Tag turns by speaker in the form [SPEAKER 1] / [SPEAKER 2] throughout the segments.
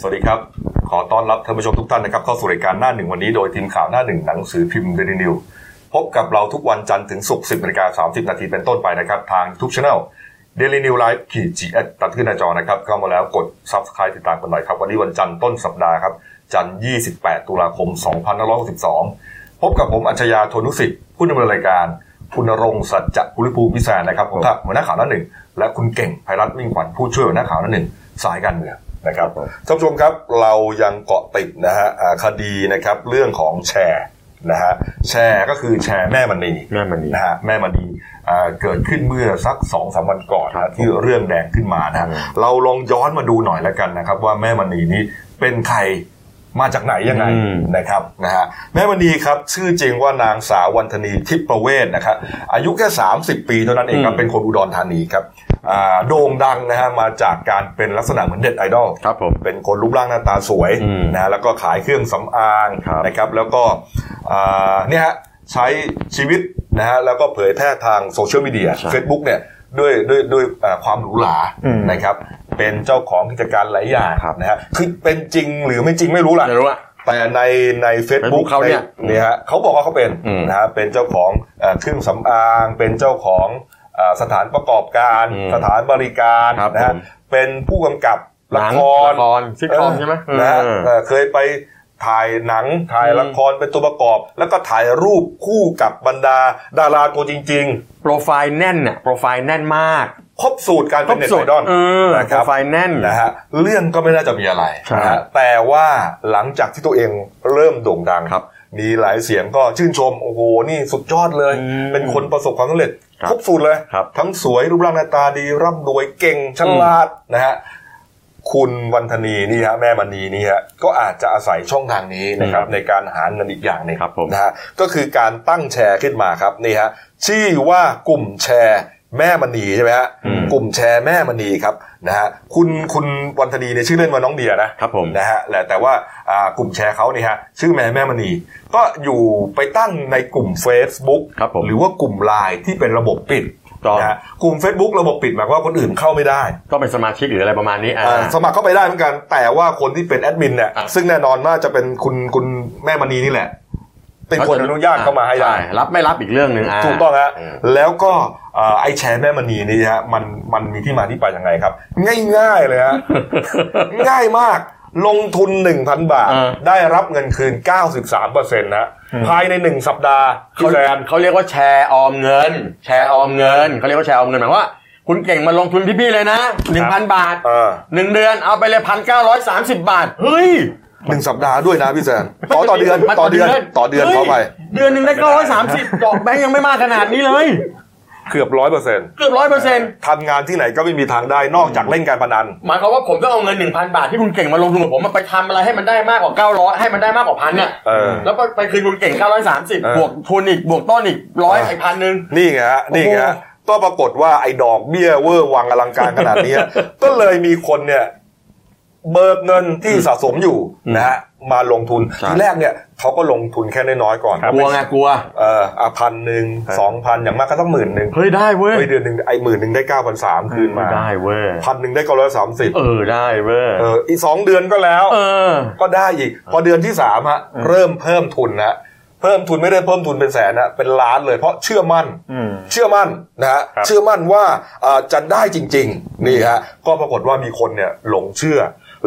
[SPEAKER 1] สวัสดีครับ ขอต้อนรับท่านผู้ชมทุกท่านนะครับเข้าสู่รายการหน้าหนึ่งวันนี้โดยทีมข่าวหน้าหนึ่งหนังสือพิมพ์เดลินิวพบกับเราทุกวันจันทร์ถึงศุกร์สิบนาฬิกาสามสิบนาทีเป็นต้นไปนะครับ ทางทุกช่องเดลินิวไลฟ์ขีดจีตัดขึ้นหน้าจอนะครับ เข้ามาแล้วกดซับสไครต์ติดตามกันหน่อยครับ วันนี้วันจันทร์ต้นสัปดาห์ครับ จันทร์ยี่สิบแปดตุลาคมสองพันห้าร้อยสิบสองพบกับผมอัจฉริยะโทนุสิทธิ์ผู้ดำเนินรายการ คุณณรงค์สัจจคุริภูมิพิศารนะครับผมหัวหน้าข่าวหน้าหนึ่งและคุณเก่งไพรัตน์มิ่งขวัญผู้ช่วยหัวหน้าข่าวหน้าหนึ่งสายการเมืองนะครับท่านผู้ชมครับเรายังเกาะติดนะฮะอ่าคดีนะครับเรื่องของแชร์นะฮะแชร์ก็คือแชร์แม่มณี
[SPEAKER 2] แม่มณี
[SPEAKER 1] นะฮะแม่มณีอ่าเกิดขึ้นเมื่อสักสองสามวันก่อนนะที่เรื่องแดงขึ้นมานะฮะ
[SPEAKER 2] อืม
[SPEAKER 1] เราลองย้อนมาดูหน่อยแล้วกันนะครับ ว่าแม่มณีนี้เป็นใครมาจากไหนยังไง
[SPEAKER 2] อืม
[SPEAKER 1] นะครับนะฮะแม่มณีครับชื่อจริงว่านางสาววันธนีทิพประเวศนะครับอายุแค่ 30 ปีเท่านั้นเองครับ
[SPEAKER 2] อืม
[SPEAKER 1] เป็นคนอุดรธานีครับอ่าโด่งดังนะฮะมาจากการเป็นลักษณะเหมือนเด็ดไอดอล
[SPEAKER 2] ครับผม
[SPEAKER 1] เป็นคนรูปร่างหน้าตาสวย
[SPEAKER 2] อืม
[SPEAKER 1] นะฮะแล้วก็ขายเครื่องสำอาง
[SPEAKER 2] ครับ
[SPEAKER 1] นะครับแล้วก็อ่าเนี่ยฮะใช้ชีวิตนะฮะแล้วก็เผยแพร่ทางโซเชียลมีเดีย
[SPEAKER 2] ใช่
[SPEAKER 1] เฟซบุ๊กเนี่ยด้วยด้วยด้วยอ่าความหรูหรา
[SPEAKER 2] อืม
[SPEAKER 1] นะครับเป็นเจ้าของกิจการหลายอย่าง
[SPEAKER 2] ครับ
[SPEAKER 1] นะฮะคือเป็นจริงหรือไม่จริงไม่รู้ล่ะ
[SPEAKER 2] จะรู้ว่า
[SPEAKER 1] แต่ในใน Facebook
[SPEAKER 2] Facebook เขาเนี่ย
[SPEAKER 1] ใเนี่ยฮะเขาบอกว่าเขาเป็น
[SPEAKER 2] อืม
[SPEAKER 1] นะฮะเป็นเจ้าของเอ่อเครื่องสำอาง เป็นเจ้าของเอ่อสถานประกอบการ
[SPEAKER 2] อืม
[SPEAKER 1] สถานบริการ
[SPEAKER 2] ครับ
[SPEAKER 1] นะฮะ
[SPEAKER 2] ผม
[SPEAKER 1] เป็นผู้กำกับละคร
[SPEAKER 2] ละครซิทคอมใช่ไหม
[SPEAKER 1] เออนะฮะ
[SPEAKER 2] เออ
[SPEAKER 1] เอ่อเคยไปถ่ายหนังถ่าย
[SPEAKER 2] อืม
[SPEAKER 1] ละครเป็นตัวประกอบ แล้วก็ถ่ายรูปคู่กับบรรดาดาราตัวจริง
[SPEAKER 2] โปรไฟล์แน่นน่ะโปรไฟล์แน่นมาก
[SPEAKER 1] ๆ ครบสูตรการเป็นเน็ตไอดอล
[SPEAKER 2] เออ
[SPEAKER 1] นะค
[SPEAKER 2] โปร
[SPEAKER 1] รับ
[SPEAKER 2] ไฟล์แน่น
[SPEAKER 1] นะฮะเรื่องก็ไม่น่าจะมีอะไร
[SPEAKER 2] ใช่
[SPEAKER 1] นะฮะแต่ว่าหลังจากที่ตัวเองเริ่มโด่งดัง
[SPEAKER 2] ครับ
[SPEAKER 1] มีหลายเสียงก็ชื่นชมโอ้โหนี่สุดยอดเลย
[SPEAKER 2] อืม
[SPEAKER 1] เป็นคนประสบความสำเร็จ
[SPEAKER 2] ครับ
[SPEAKER 1] ครบสูตรเลย
[SPEAKER 2] ครับ
[SPEAKER 1] ทั้งสวยรูปร่างหน้าตาดีร่ำรวยเก่งฉลาดนะฮะคุณวันธนีนี่ฮะแม่มณีนี่ฮะก็อาจจะอาศัยช่องทางนี้นะครับ
[SPEAKER 2] อืม
[SPEAKER 1] ในการหาเงินอีกอย่างหนึง
[SPEAKER 2] ครับผม
[SPEAKER 1] นะฮะก็คือการตั้งแชร์ขึ้นมาครับนี่ฮะชื่อว่ากลุ่มแชร์แม่มณีใช่ไหมฮะ
[SPEAKER 2] อืม
[SPEAKER 1] กลุ่มแชร์แม่มณีครับนะฮะคุณคุณวันธนีเนี่ยชื่อเล่นว่าน้องเดียนะครับ
[SPEAKER 2] ผม
[SPEAKER 1] นะฮะและแต่ว่าอ่ากลุ่มแชร์เขาเนี่ยฮะชื่อแม่แม่มณี ก็อยู่ไปตั้งในกลุ่ม Facebook
[SPEAKER 2] ครับผม
[SPEAKER 1] หรือว่ากลุ่มไลน์ที่เป็นระบบปิด
[SPEAKER 2] ต้อง
[SPEAKER 1] นะฮะกลุ่ม Facebook ระบบปิดหมายความว่าคนอื่นเข้าไม่ได้
[SPEAKER 2] ก็เป็นสมาชิกหรืออะไรประมาณนี้อ่า
[SPEAKER 1] อ่าสมัครเข้าไปได้เหมือนกัน แต่ว่าคนที่เป็นแอดมินเนี่ย
[SPEAKER 2] อ่ะ
[SPEAKER 1] ซึ่งแน่นอนว่าจะเป็นคุณคุณแม่มณีนี่แหละ เป็นคนอนุญาตเข้ามาให้ได้
[SPEAKER 2] ช่รับไม่รับอีกเรื่องหนึ่งอ่า
[SPEAKER 1] ถูกต้องฮะ
[SPEAKER 2] อืม
[SPEAKER 1] แล้วก็เอ่อไอ้แชร์แม่มณีนี่ฮะมันมันมีที่มาที่ไปยังไงครับ ง่ายๆเลยฮ ะ ง่ายมากลงทุน 1,000 บาท
[SPEAKER 2] อ่า
[SPEAKER 1] ได้รับเงินคืน 93%นะภายใน 1 สัปดาห์
[SPEAKER 2] เขา
[SPEAKER 1] พี่แซน
[SPEAKER 2] เขาเรียกว่าแชร์ออมเงิน แชร์ออมเงินเขาเรียกว่าแชร์ออมเงินหมายความว่า คุณเก่งมาลงทุนพี่ๆเลยนะหนึ่งพันบาท
[SPEAKER 1] อ่า
[SPEAKER 2] หนึ่งเดือนเอาไปเลยพันเก้าร้อยสามสิบบาท เฮ้ย
[SPEAKER 1] หนึ่งสัปดาห์ด้วยนะพี่แซนต่อต่อเดือน
[SPEAKER 2] มั
[SPEAKER 1] ต่อเดือนต่อเดือน
[SPEAKER 2] ฮ้ย
[SPEAKER 1] เข้าไป
[SPEAKER 2] เดือนหนึ่งได้เก้าร้อยสามสิ บดอกแบงค์ยังไม่มากขนาดนี้เลย
[SPEAKER 1] เกือบร้อยเปอร์เซ็นต์
[SPEAKER 2] เกือบร้อยเปอร์เซ็นต์
[SPEAKER 1] ทำงานที่ไหนก็ไม่มีทางได้นอกจากเล่นการพนัน
[SPEAKER 2] หมายความว่าผมก็เอาเงินหนึ่งพันบาทที่คุณเก่งมาลงทุนกับผมมาไปทำอะไรให้มันได้มากกว่าเก้าร้อยให้มันได้มากกว่าพันเนี่ย
[SPEAKER 1] เออ
[SPEAKER 2] แล้วไปคืนคุณเก่งเก้าร้อยสามสิบ
[SPEAKER 1] เออ
[SPEAKER 2] บวกทุนอีกบวกต้นอีกร้อยไอ้พันหนึ่ง
[SPEAKER 1] นี่ไงฮะนี่ไงฮะ
[SPEAKER 2] โอ้โห
[SPEAKER 1] ก็ปรากฏว่าไอ้ดอกเบี้ยเวอร์วังอลังการขนาด นี้ ก็เลยมีคนเนี่ยเบิกเงินที่สะสมอยู่นะฮะมาลงทุน
[SPEAKER 2] ใช่
[SPEAKER 1] ทีแรกเนี่ยเขาก็ลงทุนแค่น้อยๆก่อน
[SPEAKER 2] กลัวไงกลัว
[SPEAKER 1] เอออ่ะพันหนึ่งสองพันอย่างมากก็ต้องหมื่นหนึ่ง
[SPEAKER 2] เฮ้ยได้เว้ย
[SPEAKER 1] ไอเดือนหนึ่งไอหมื่นหนึ่งได้เก้าพันสามคืนมา
[SPEAKER 2] ได้เว้ย
[SPEAKER 1] พันหนึ่งได้เก้าร้อยสามสิบ
[SPEAKER 2] เออได้เว้ย
[SPEAKER 1] เอออีกสองเดือนก็แล้ว
[SPEAKER 2] เออ
[SPEAKER 1] ก็ได้อีก พอเดือนที่สามฮะเริ่มเพิ่มทุนนะเพิ่มทุนไม่ได้เพิ่มทุนเป็นแสนนะเป็นล้านเลยเพราะเชื่อมั่น
[SPEAKER 3] อืม
[SPEAKER 1] เชื่อมั่นนะฮะ
[SPEAKER 3] ครับ
[SPEAKER 1] เชื่อมั่นว่าอ่าจะได้จริง ๆ นี่ฮะก็ปรากฏว่ามีคนเนี่ยหลงเชื่อ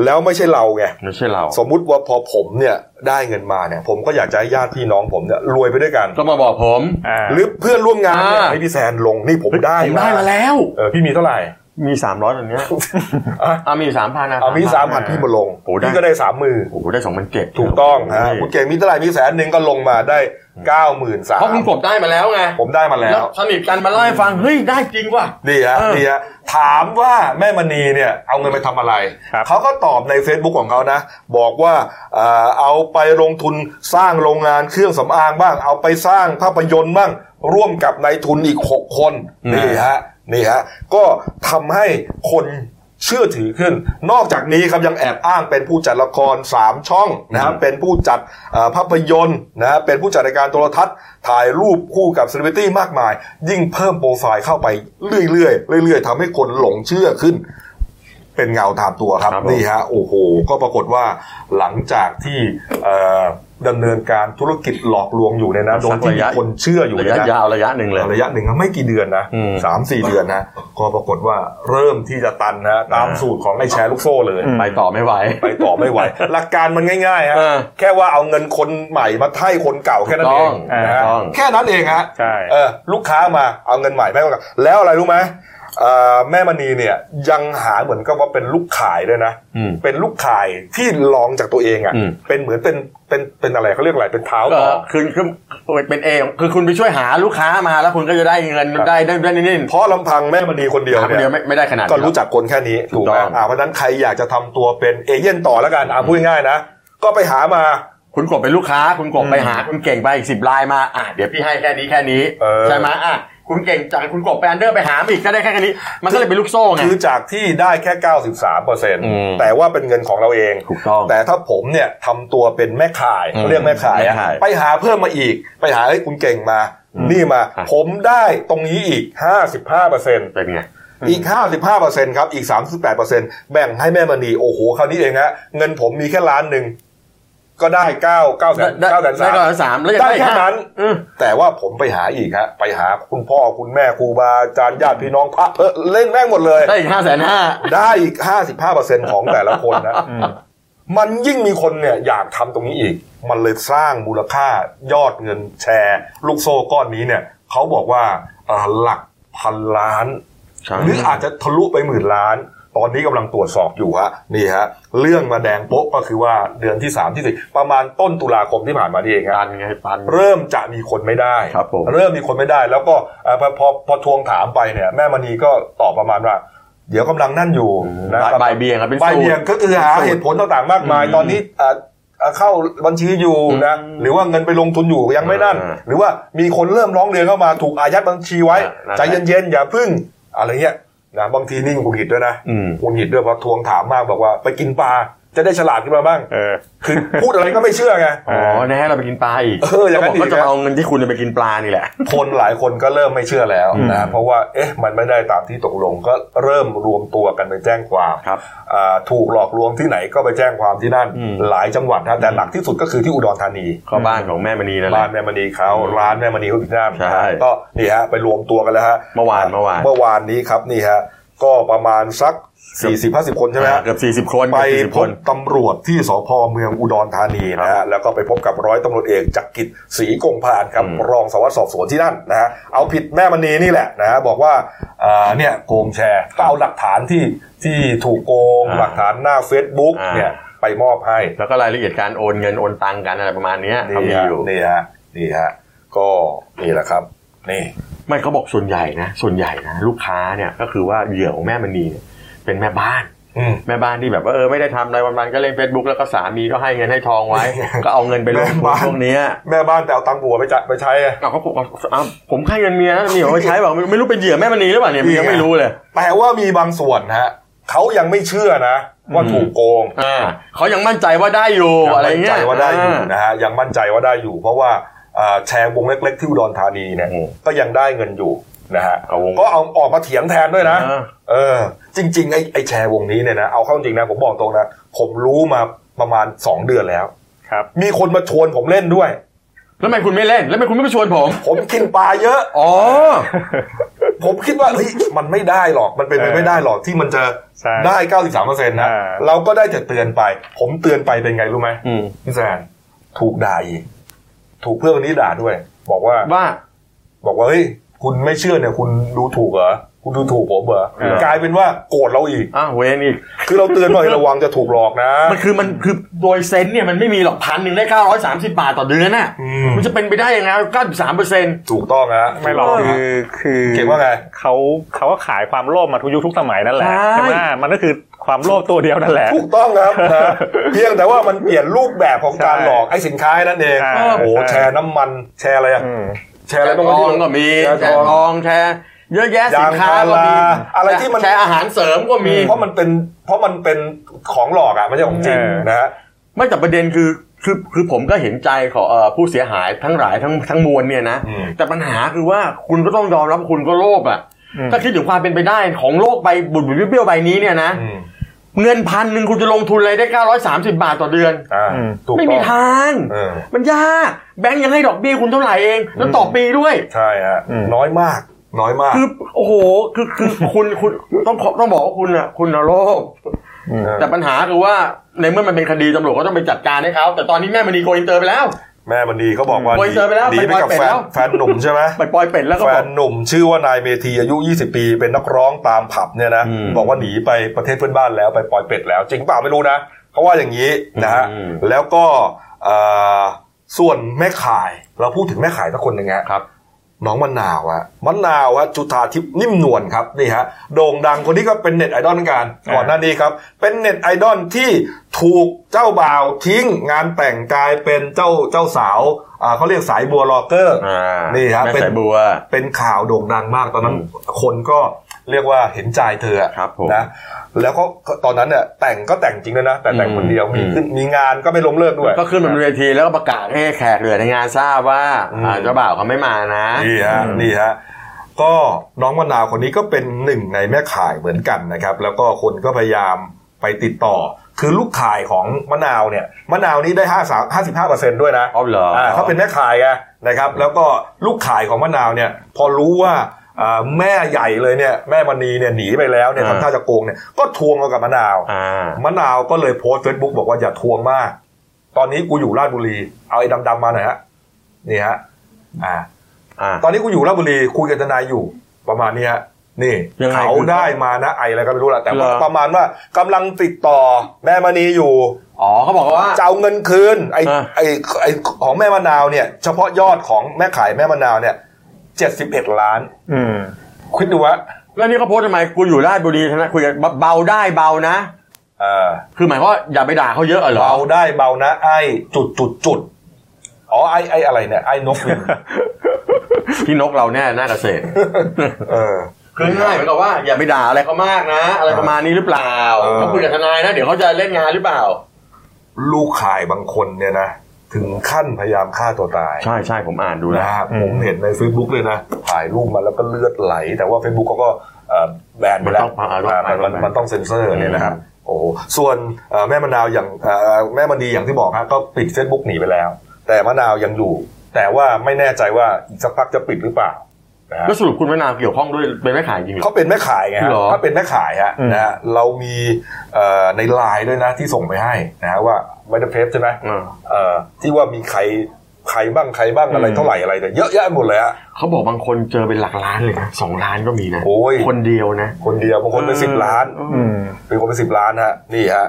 [SPEAKER 1] แล้วไม่ใช่เราไง
[SPEAKER 2] ไม่ใช่เรา
[SPEAKER 1] สมมุติว่าพอผมเนี่ยได้เงินมาเนี่ย ผมก็อยากจะให้ญาติพี่น้องผมเนี่ยรวยไปด้วยกัน
[SPEAKER 2] ก็มาบอกผม
[SPEAKER 3] า
[SPEAKER 1] หรือเพื่อนร่วมงานเนี่ย
[SPEAKER 2] อ่า
[SPEAKER 1] ให้พี่แซนลงนี่ผมได้
[SPEAKER 2] ผมได้มาแล้ว
[SPEAKER 1] เออพี่มีเท่าไหร่
[SPEAKER 2] มีสามร้อยตอนเนี้ย
[SPEAKER 1] อ่ะ
[SPEAKER 2] อ่ะมีสามพันนะ
[SPEAKER 1] เอามีสามพันพี่มาลง
[SPEAKER 2] โอ้ได้
[SPEAKER 1] พี่ก็ได้สามมือ
[SPEAKER 2] โอ้โหได้สองพันเจ็ด
[SPEAKER 1] ถูกต้องฮะคุณเก่งมีเท่าไหร่มีแสนหนึ่งก็ลงมาได้เก้าหมื่นสาม
[SPEAKER 2] เพราะคุณกบได้มาแล้วไง
[SPEAKER 1] ผมได้มาแล้
[SPEAKER 2] แล้ว
[SPEAKER 1] ว
[SPEAKER 2] สนิทกันมาเล่าให้ฟัง เฮ้ย ได้จริงว่ะ
[SPEAKER 1] นี่ฮะ
[SPEAKER 2] เออ
[SPEAKER 1] นี่ฮะถามว่าแม่มณีเนี่ยเอาเงินไปทำอะไร
[SPEAKER 3] ครับ
[SPEAKER 1] เขาก็ตอบใน Facebook ของเขานะ บอกว่าเอ่อเอาไปลงทุนสร้างโรงงานเครื่องสำอางบ้าง เอาไปสร้างภาพยนตร์บ้าง ร่วมกับนายทุนอีก 6 คน
[SPEAKER 2] อืม
[SPEAKER 1] นี่ฮะนี่ฮะก็ทำให้คนเชื่อถือขึ้น นอกจากนี้ครับยังแอบอ้างเป็นผู้จัดละคร 3 ช่องนะฮะเป็นผู้จัดเอ่อภาพยนตร์นะฮะเป็นผู้จัดรายการโทรทัศน์ ถ่ายรูปคู่กับเซเลบริตี้มากมาย ยิ่งเพิ่มโปรไฟล์เข้าไปเรื่อยๆเรื่อยๆทำให้คนหลงเชื่อขึ้น เป็นเงาตามตัวครับ
[SPEAKER 2] ครับผม
[SPEAKER 1] นี่ฮะโอ้โหก็ปรากฏว่าหลังจากที่เอ่อดำเนินการธุรกิจหลอกลวงอยู่เนี่ยนะโดยที่มีคนเชื่ออยู่เนี่ย
[SPEAKER 2] ระะ
[SPEAKER 1] ยนะ
[SPEAKER 2] ยาวระยะหนึ่งเลย
[SPEAKER 1] ระยะหนึ่งนะไม่กี่เดือนนะ
[SPEAKER 2] อืม
[SPEAKER 1] สามสี่เดือนนะก็ปรากฏว่าเริ่มที่จะตันนะตาม
[SPEAKER 2] อ่า
[SPEAKER 1] สูตรของไอ้แชร์ลูกโซ่เลย
[SPEAKER 2] ไปต่อไม่ไหว
[SPEAKER 1] ไปต่อไม่ไหว หลักการมันง่ายๆฮะ
[SPEAKER 2] เออ
[SPEAKER 1] แค่ว่าเอาเงินคนใหม่มาไถ่คนเก่าแค่นั้นเองนะฮะ
[SPEAKER 2] ถูกต้อง
[SPEAKER 1] แค่นั้นเองฮะ
[SPEAKER 3] ใช่
[SPEAKER 1] เออลูกค้ามาเอาเงินใหม่แม่มาก่อนแล้วอะไรรู้ไหมเอ่อแม่มณีเนี่ยยังหาเหมือนกับว่าเป็นลูกขายด้วยนะ
[SPEAKER 2] อืม
[SPEAKER 1] เป็นลูกขายที่ลองจากตัวเองอ่ะ
[SPEAKER 2] อืม
[SPEAKER 1] เป็นเหมือนเป็นเป็นเป็นอะไรเขาเรียกอะไรเป็นเท้า
[SPEAKER 2] ก็
[SPEAKER 1] ต่อ
[SPEAKER 2] คือคือเป็นเองคือคุณไปช่วยหาลูกค้ามาแล้วคุณก็จะได้เงิน
[SPEAKER 1] ครับ
[SPEAKER 2] ได้ได้ได้นี่
[SPEAKER 1] เพราะลำพังแม่มณีคนเดียว
[SPEAKER 2] หาคน
[SPEAKER 1] เนี่
[SPEAKER 2] เดียวย ไม่ไม่ได้ขนาดนี้
[SPEAKER 1] ก็รู้จักคนแค่นี้
[SPEAKER 2] ถู
[SPEAKER 1] ถู
[SPEAKER 2] ก
[SPEAKER 1] ก
[SPEAKER 2] ต้
[SPEAKER 1] ไหม
[SPEAKER 2] อง
[SPEAKER 1] อ่าเพราะฉะนั้นใครอยากจะทำตัวเป็นเอเย่นต่อแล้วกันอ่าพูดง่ายๆนะ ก็ไปหามา
[SPEAKER 2] คุณกบเป็นลูกค้า คุณกบไปหาคุณเก่งไปอีกสิบลายมาอ่ะเดี๋ยวพี่ให้แค่นี้แค่นี้
[SPEAKER 1] เออ
[SPEAKER 2] ใช่ไหมอ่ะคุณเก่งจากคุณกบไปอันเดอร์ไปหามาอีกก็ได้แค่นี้ มันก็เลยเป็นลูกโซ่ไง
[SPEAKER 1] คือจากที่ได้แค่ 93เปอร์เซ็นต์
[SPEAKER 2] ม
[SPEAKER 1] แต่ว่าเป็นเงินของเราเอง
[SPEAKER 2] ถูกต้อง
[SPEAKER 1] แต่ถ้าผมเนี่ยทำตัวเป็นแม่ขาย
[SPEAKER 2] อืม
[SPEAKER 1] เรียกแม่ขาย
[SPEAKER 2] แม่
[SPEAKER 1] อะ
[SPEAKER 2] ขาย
[SPEAKER 1] ไปหาเพิ่มมาอีก ไปหาไอ้ยคุณเก่งมา นี่มา
[SPEAKER 2] อ่ะ
[SPEAKER 1] ผมได้ตรงนี้อีก 55เปอร์เซ็นต์
[SPEAKER 2] เป็นไง
[SPEAKER 1] อีก 55%ครับ อีก 38%แบ่งให้แม่มณี โอ้โห คราวนี้เองฮะ เงินผมมีแค่ล้านหนึ่ง ก็ได้ 9 9แสน
[SPEAKER 2] ได้
[SPEAKER 1] 9แสน
[SPEAKER 2] ได้
[SPEAKER 1] สาม
[SPEAKER 2] 9แสนสามแล้วยัง
[SPEAKER 1] ได้
[SPEAKER 2] ได้อีก
[SPEAKER 1] แค่
[SPEAKER 2] ห้า
[SPEAKER 1] นั้น
[SPEAKER 2] อืม
[SPEAKER 1] แต่ว่าผมไปหาอีกฮะ ไปหาคุณพ่อคุณแม่ครูบาอาจารย์ญาติพี่น้องพระเพอเล่นแม่งหมดเลย
[SPEAKER 2] ได้อีกห้าแสนห้า
[SPEAKER 1] ได้อีก 55%ของแต่ละคนนะ มันยิ่งมีคนเนี่ยอยากทำตรงนี้อีก มันเลยสร้างมูลค่ายอดเงินแชร์ ลูกโซ่ก้อนนี้เนี่ยเขาบอกว่าเอ่อหลักพันล้าน หรืออาจจะทะลุไปหมื่นล้าน ตอนนี้กำลังตรวจสอบอยู่ฮะนี่ฮะ เรื่องมาแดงโป๊ะก็คือว่าเดือนที่ 3 ที่สี่ประมาณต้นตุลาคมที่ผ่านมานี่เอง
[SPEAKER 2] ปั
[SPEAKER 1] ฮะ
[SPEAKER 2] นไงปัน
[SPEAKER 1] เริ่มจะมีคนไม่ได้
[SPEAKER 2] ครับผม
[SPEAKER 1] เริ่มมีคนไม่ได้ แล้วก็เอ่อพอพอพอทวงถามไปเนี่ย แม่มณีก็ตอบประมาณว่า เดี๋ยวกำลังนั่นอยู่นะ
[SPEAKER 2] บายเบียงครับเป็น
[SPEAKER 1] ใบายเบี่ยง
[SPEAKER 2] สูตร
[SPEAKER 1] ก็คือหาเหตุผลต่างๆมากมาย
[SPEAKER 2] อืม
[SPEAKER 1] ตอนนี้เอ่อเอ่อเข้าบัญชีอยู่นะ
[SPEAKER 2] อืม
[SPEAKER 1] หรือว่าเงินไปลงทุนอยู่ยังไม่นั่น
[SPEAKER 2] อ่า
[SPEAKER 1] หรือว่ามีคนเริ่มร้องเรียนเข้ามาถูกอายัดบัญชีไว้
[SPEAKER 2] นั่นแหละ
[SPEAKER 1] ใจเย็นๆอย่าพึ่งอะไรเงี้ยนะบางทีนี่หงุดหงิดด้วยนะ
[SPEAKER 2] อืม
[SPEAKER 1] หงุดหงิดด้วยเพราะทวงถามมากบอกว่าไปกินปลาจะได้ฉลาดขึ้นมาบ้าง
[SPEAKER 3] เออ
[SPEAKER 1] คือพูดอะไรก็ไม่เชื่อไง
[SPEAKER 2] อ๋อนะฮะเราไปกินปลาอีก
[SPEAKER 1] เอออย่างนั้น
[SPEAKER 2] ก็บกว่า
[SPEAKER 1] ดีนะ
[SPEAKER 2] จะเอาเงินที่คุณไปกินปลานี่แหละ
[SPEAKER 1] คนหลายคนก็เริ่มไม่เชื่อแล้วนะเพราะว่าเอ๊ะมันไม่ได้ตามที่ตกลงก็เริ่มรวมตัวกันไปแจ้งความ
[SPEAKER 2] ครับ
[SPEAKER 1] อ่าถูกหลอกลวงที่ไหนก็ไปแจ้งความที่นั่น
[SPEAKER 2] อืม
[SPEAKER 1] หลายจังหวัดนะแต่หลักที่สุดก็คือที่อุดรธานี
[SPEAKER 2] ก็บ้านของแม่มณีนั่นแห
[SPEAKER 1] บ้า
[SPEAKER 2] ละ
[SPEAKER 1] นแม่มณีเขาร้านแม่มณีเขาอยู่ที่นั่น
[SPEAKER 2] ใช่
[SPEAKER 1] ก็นี่ฮะไปรวมตัวกันแล้วฮะ
[SPEAKER 2] เมื่อวานเมื่อวาน
[SPEAKER 1] เมื่อวานนี้ครับนี่ฮะก็ประมาณสัก 40-50 คนใช่ไหมฮะ
[SPEAKER 2] เกือบสี่สิบ40 คน
[SPEAKER 1] ไป
[SPEAKER 2] เกือบสี่สิบ
[SPEAKER 1] พ
[SPEAKER 2] ค
[SPEAKER 1] บ
[SPEAKER 2] น
[SPEAKER 1] ตำรวจที่สพเมืองอุดรธานีนะฮะแล้วก็ไปพบกับร้อยตำรวจเอกจักรกิจศรีกงพานครับ
[SPEAKER 2] อืม
[SPEAKER 1] รองสารวัสดสอบสวนที่นั่นนะฮะเอาผิดแม่มณีนี่แหละนะฮะบอกว่าอ่าเนี่ยโกงแชร์ก็เอาหลักฐานที่ที่ถูกโกงหลักฐานหน้า Facebook เนี่ยไปมอบให้
[SPEAKER 2] แล้วก็รายละเอียดการโอนเงินโอนตังค์กันอะไรประมาณเนี้ยเขา
[SPEAKER 1] นี่ฮะ
[SPEAKER 2] มีอยู่
[SPEAKER 1] นี่ฮะนี่ฮะก็นี่แหละครับ นี่
[SPEAKER 2] ไม่เขาบอกส่วนใหญ่นะ ส่วนใหญ่นะ ลูกค้าเนี่ยก็คือว่าเหยื่อของแม่มณีเนี่ยเป็นแม่บ้าน
[SPEAKER 1] อืม
[SPEAKER 2] แม่บ้านที่แบบว่าเออไม่ได้ทำอะไรวันๆก็เล่น Facebook แล้วก็สามีก็ให้เงินให้ทอง ไว้ ก็เอาเงินไปลงทุ
[SPEAKER 1] แม่
[SPEAKER 2] น
[SPEAKER 1] บ้าน
[SPEAKER 2] พวกเนี้ย
[SPEAKER 1] แม่บ้านแต่เอาตังค์บัวไปจ่ายไปใช้อะ
[SPEAKER 2] เอาเขาบอกว่าเอาผมให้เงินเมียแล้วเมียเอาไปใช้บอกไม่รู้เป็นเหยื่อแม่มณีหรือเปล่าเนี่ยมันยังไม่รู้เลย
[SPEAKER 1] แต่ว่ามีบางส่วนฮะเขายังไม่เชื่อนะว่าถูกโกง
[SPEAKER 2] อ่าเขายังมั่นใจว่าได้อยู่อะไรเงี้ย
[SPEAKER 1] ยังมั่นใจว่าได้อยู่นะฮะยังมั่นใจว่าได้อยู่ เพราะว่าอ่าแชร์วงเล็ก ๆ ที่อุดรธานีเนี่ยก็ยังได้เงินอยู่นะฮะ
[SPEAKER 2] เอาวง
[SPEAKER 1] ก็เอาออกมาเถียงแทนด้วยนะ
[SPEAKER 2] เออ
[SPEAKER 1] เออ จริงๆไอ้ไอ้แชร์วงนี้เนี่ยนะเอาเข้าจริงนะผมบอกตรงนะผมรู้มาประมาณ 2 เดือนแล้ว
[SPEAKER 3] ครับ
[SPEAKER 1] มีคนมาชวนผมเล่นด้วย
[SPEAKER 2] แล้วทำไมคุณไม่เล่น แล้วทำไมคุณไม่ไปชวนผม
[SPEAKER 1] ผมกินปลาเยอะ
[SPEAKER 2] อ๋อ
[SPEAKER 1] ผมคิดว่าเฮ้ยมันไม่ได้หรอกมันเป็นไป
[SPEAKER 3] เออ
[SPEAKER 1] ไม่ได้หรอกที่มันจะ
[SPEAKER 3] ใช่
[SPEAKER 1] ได้ 93เปอร์เซ็นต์นะ
[SPEAKER 3] เออ
[SPEAKER 1] เราก็ได้แต่เตือนไป ผมเตือนไปเป็นไงรู้ไหม
[SPEAKER 2] อืม
[SPEAKER 1] พี่แซนถูกด่าอีกถูกเพื่อนคนนี้ด่าด้วย บอกว่า
[SPEAKER 2] ว่า
[SPEAKER 1] บอกว่าเฮ้ยคุณไม่เชื่อเนี่ย คุณดูถูกเหรอคุณดูถูกผมเหรอ
[SPEAKER 3] เออ
[SPEAKER 1] กลายเป็นว่าโกรธเราอีก
[SPEAKER 2] อ้าวเวนอีก
[SPEAKER 1] คือเราเตือนว่าให้ระวังจะถูกหลอกนะ
[SPEAKER 2] มันคือมันคือโดยเซนต์เนี่ยมันไม่มีหรอกพันหนึ่งได้ 930 บาทต่อเดือนน่ะ
[SPEAKER 1] อืม
[SPEAKER 2] มันจะเป็นไปได้ยังไง93เปอร์เซ็นต์
[SPEAKER 1] ถูกต้องฮะ
[SPEAKER 3] ไม่หรอก
[SPEAKER 1] ถูต้ง
[SPEAKER 3] คื
[SPEAKER 1] ฮะ
[SPEAKER 3] อคือ
[SPEAKER 1] เก่งว่าไง
[SPEAKER 3] เขาเขาก็ขายความโลภมาทุกยุคทุกสมัยนั่นแหละ
[SPEAKER 2] ใช่
[SPEAKER 3] ใช่ไหมมันก็คือความโลภตัวเดียวนั่นแหละ
[SPEAKER 1] ถูกต้องครับนะ เพียงแต่ว่ามันเปลี่ยนรูปแบบของการหลอกไอ้สินค้านั่นเอง
[SPEAKER 3] ใช่
[SPEAKER 1] โอ้โหแชร์น้ำมันแชร์อะไรอะ
[SPEAKER 3] อืม
[SPEAKER 1] แชร์อะไรบ้าง
[SPEAKER 2] ท
[SPEAKER 1] วะ
[SPEAKER 2] อ
[SPEAKER 1] ที่
[SPEAKER 2] งก็มี
[SPEAKER 1] แชร์
[SPEAKER 2] แชร์ทองแชร์เยอะแยะสินค้าก็มี
[SPEAKER 1] ยางพาราอะไรที่มัน
[SPEAKER 2] แชร์อาหารเสริมก็มี
[SPEAKER 1] เพราะมันเป็นเพราะมันเป็นของหลอกอะไม่ใช่ของจริง
[SPEAKER 3] เออ
[SPEAKER 1] นะฮะ
[SPEAKER 2] ไม่แต่ประเด็นคือคือคือผมก็เห็นใจของเอ่อผู้เสียหายทั้งหลายทั้งทั้งมวลเนี่ยนะ
[SPEAKER 1] อืม
[SPEAKER 2] แต่ปัญหาคือว่าคุณก็ต้องยอมรับว่าคุณก็โลภอ่ะ
[SPEAKER 3] อืม
[SPEAKER 2] ถ้าคิดถึงความเป็นไปได้ของโลกใบบุญบิเบี้ยวๆใบนี้เนี่ยนะ
[SPEAKER 1] อืม
[SPEAKER 2] เงินพันหนึ่งคุณจะลงทุนอะไรได้ 930 บาทต่อเดือน
[SPEAKER 1] อ่า
[SPEAKER 3] อืม
[SPEAKER 1] ถูก
[SPEAKER 2] ไม่
[SPEAKER 1] ต้
[SPEAKER 2] มี
[SPEAKER 1] อง
[SPEAKER 2] ทาง
[SPEAKER 1] เออ
[SPEAKER 2] มันยาก แบงก์ยังให้ดอกเบี้ยคุณเท่าไหร่เอง แล้วต่อปีด้วย
[SPEAKER 1] ใช่ฮะ
[SPEAKER 3] อืม
[SPEAKER 1] น้อยมาก น้อยมาก
[SPEAKER 2] คือโอ้โหคือคือคุณคุณต้องขอต้องบอกว่าคุณอ่ะคุณนะโลภ
[SPEAKER 1] เออ
[SPEAKER 2] แต่ปัญหาคือว่าในเมื่อมันเป็นคดีตำรวจก็ต้องไปจัดการให้เขาแต่ตอนนี้แม่มณีโกอินเตอร์ไปแล้ว
[SPEAKER 1] แม่มันดีเขาบอกว่า
[SPEAKER 2] โอ้ยเจอไปแล้ว
[SPEAKER 1] หนีไปกับ
[SPEAKER 2] ไป
[SPEAKER 1] แฟ
[SPEAKER 2] แล้
[SPEAKER 1] น
[SPEAKER 2] ว
[SPEAKER 1] แฟนหนุ่มใช่ไหม
[SPEAKER 2] ไปปล่อยเป็ดแล้วก็
[SPEAKER 1] แฟ
[SPEAKER 2] บอก
[SPEAKER 1] นหนุ่มชื่อว่านายเมธีอายุ 20 ปี เป็นนักร้องตามผับเนี่ยนะ
[SPEAKER 2] อืม
[SPEAKER 1] บอกว่าหนีไปประเทศเพื่อนบ้านแล้วไปปล่อยเป็ดแล้ว จริงเปล่าไม่รู้นะเขาว่าอย่างนี้นะฮะ
[SPEAKER 2] อืม
[SPEAKER 1] แล้วก็เอ่อส่วนแม่ขายเราพูดถึงแม่ขายสักคนหนึ่งฮะ
[SPEAKER 2] ครับ
[SPEAKER 1] น้องมะนาวฮะมะนาวฮะจุธาทิพย์นิ่มนวลครับนี่ฮะโด่งดังคนนี้ก็เป็นเน็ตไอดอลเหมือนกันก่อนหน้านี้ครับ เป็นเน็ตไอดอลที่ถูกเจ้าบ่าวทิ้งงานแต่งกลายเป็นเจ้าเจ้าสาวอ่าเขาเรียกสายบัวลอกเกอร์ นี่ครับ
[SPEAKER 2] แม่
[SPEAKER 1] เป็น
[SPEAKER 2] สายบัว
[SPEAKER 1] เป็นข่าวโด่งดังมากตอนนั้นคนก็เรียกว่าเห็นใจเธออะ
[SPEAKER 2] ครับผม
[SPEAKER 1] นะแล้วก็ตอนนั้นเนี่ยแต่งก็แต่งจริงด้วยนะ แต่แต่งคนเดียว
[SPEAKER 2] อืม
[SPEAKER 1] มีขึ้นมีงานก็ไม่ล้มเลิกด้วย
[SPEAKER 2] ก็ขึ้นบนเวทีแล้วก็ประกาศให้แขกเหลือในงานทราบว่า
[SPEAKER 1] อืม
[SPEAKER 2] อ่าเจ้าบ่าวเขาไม่มานะ
[SPEAKER 1] นี่ฮะ
[SPEAKER 3] อืม
[SPEAKER 1] นี่ฮะก็น้องมะนาวคนนี้ก็เป็นหนึ่งในแม่ข่ายเหมือนกันนะครับ แล้วก็คนก็พยายามไปติดต่อ คือลูกข่ายของมะนาวเนี่ยมะนาวนี้ได้ห้าสามห้าสิบห้าเปอร์เซ็นด้วยนะ
[SPEAKER 2] เอาเหรอ
[SPEAKER 1] อ่าเขาเป็นแม่ขายไงนะครับ แล้วก็ลูกขายของมะนาวเนี่ย พอรู้ว่าอ่าแม่ใหญ่เลยเนี่ยแม่มณีเนี่ยหนีไปแล้วเนี่ยทำท่าจะโกงเนี่ยก็ทวงเอากับมะนาว
[SPEAKER 2] อ่าม
[SPEAKER 1] ะนาวก็เลยโพสต์เฟซบุ๊กบอกว่าอย่าทวงมาก ตอนนี้กูอยู่ราชบุรี เอาไอ้ดำๆมาหน่อยฮะนี่ฮะอ่า
[SPEAKER 2] อ่า
[SPEAKER 1] ตอนนี้กูอยู่ราชบุรีคุยกับทนายอยู่ประมาณนี้ฮะนี่
[SPEAKER 2] ยังไง
[SPEAKER 1] เขาได้มานะไออะไรก็ไม่รู้แหละแต่ว่า
[SPEAKER 2] เหรอ
[SPEAKER 1] ประมาณว่ากำลังติดต่อแม่มณีอยู่
[SPEAKER 2] อ๋อเขาบอกว่า
[SPEAKER 1] จะเอาเงินคืนไอ้
[SPEAKER 2] อ่ะ
[SPEAKER 1] ไอ้ไอ้ของแม่มะนาวเนี่ย เฉพาะยอดของแม่ขายแม่มะนาวเนี่ยเจ็ดสิบเอ็ดล้าน
[SPEAKER 3] อืม
[SPEAKER 1] คิดดูว่า
[SPEAKER 2] แล้วนี่เขาโพสต์ทำไมกูอยู่ราชบุรีนะคุยกันเบาได้เบานะ
[SPEAKER 1] เออ
[SPEAKER 2] คือหมายความว่าอย่าไปด่าเขาเยอะอะเหรอ
[SPEAKER 1] เบาได้เบานะไอ้จุดจุดจุดอ๋อไอ้ไอ้อะไรเนี่ยไอ้นก บิน
[SPEAKER 2] พี่นกเราแน่หน้าเกษตร
[SPEAKER 1] เออ
[SPEAKER 2] คือง่ายเหมือนกับว่าอย่าไปด่าอะไรเขามากนะ อะไรประมาณนี้หรือเปล่า
[SPEAKER 1] เออ
[SPEAKER 2] เขาคุยกับทนายนะ เดี๋ยวเขาจะเล่นงานหรือเปล่า
[SPEAKER 1] ลูกขายบางคนเนี่ยนะ ถึงขั้นพยายามฆ่าตัวตาย
[SPEAKER 2] ใช่ใช่ผมอ่านดูแล้
[SPEAKER 1] นะ
[SPEAKER 2] ว
[SPEAKER 1] ฮะ
[SPEAKER 3] อืม
[SPEAKER 1] ผมเห็นใน Facebook เลยนะถ่ายรูปมาแล้วก็เลือดไหล แต่ว่า Facebook เขาก็เอ่อแบนไปแล้ว
[SPEAKER 2] มันต้องเอา
[SPEAKER 1] อ่า
[SPEAKER 2] ไป
[SPEAKER 1] มัน
[SPEAKER 2] ไป
[SPEAKER 1] มันต้องเซ็นเซอร์เนี่ยนะครับ โอ้โหส่วนเอ่อแม่มะนาวอย่างเอ่อแม่มณีอย่างที่บอกฮะก็ปิด Facebook หนีไปแล้ว แต่มะนาวยังอยู่ แต่ว่าไม่แน่ใจว่าอีกสักพักจะปิดหรือเปล่านะฮะ
[SPEAKER 2] แล้วสรุปคุณมะนาวเกี่ยวข้องด้วยเป็นแม่ขายจริงเหรอ
[SPEAKER 1] เขาเป็นแม่ขายไงฮะ
[SPEAKER 2] เหรอ
[SPEAKER 1] ถ้าเป็นแม่ขายฮะ
[SPEAKER 3] อืม
[SPEAKER 1] นะฮะเรามีเอ่อในไลน์ด้วยนะที่ส่งไปให้นะฮะว่าไม่ได้เพจใช่ไหม
[SPEAKER 2] อ่า
[SPEAKER 1] เอ่อที่ว่ามีใครใครบ้างใครบ้างอะไร
[SPEAKER 2] อืม
[SPEAKER 1] เท่าไหร่อะไรเนี่ยเยอะแยะหมดเลยฮะ
[SPEAKER 2] เขาบอกบางคนเจอเป็นหลักล้านเลยนะสองล้านก็มีนะ
[SPEAKER 1] โอ้ย
[SPEAKER 2] คนเดียวนะ
[SPEAKER 1] คนเดียวบางคนเป็น
[SPEAKER 2] เออ
[SPEAKER 1] สิบล้าน
[SPEAKER 3] อืม
[SPEAKER 1] เป็นคนเป็นสิบล้านฮะนี่ฮะ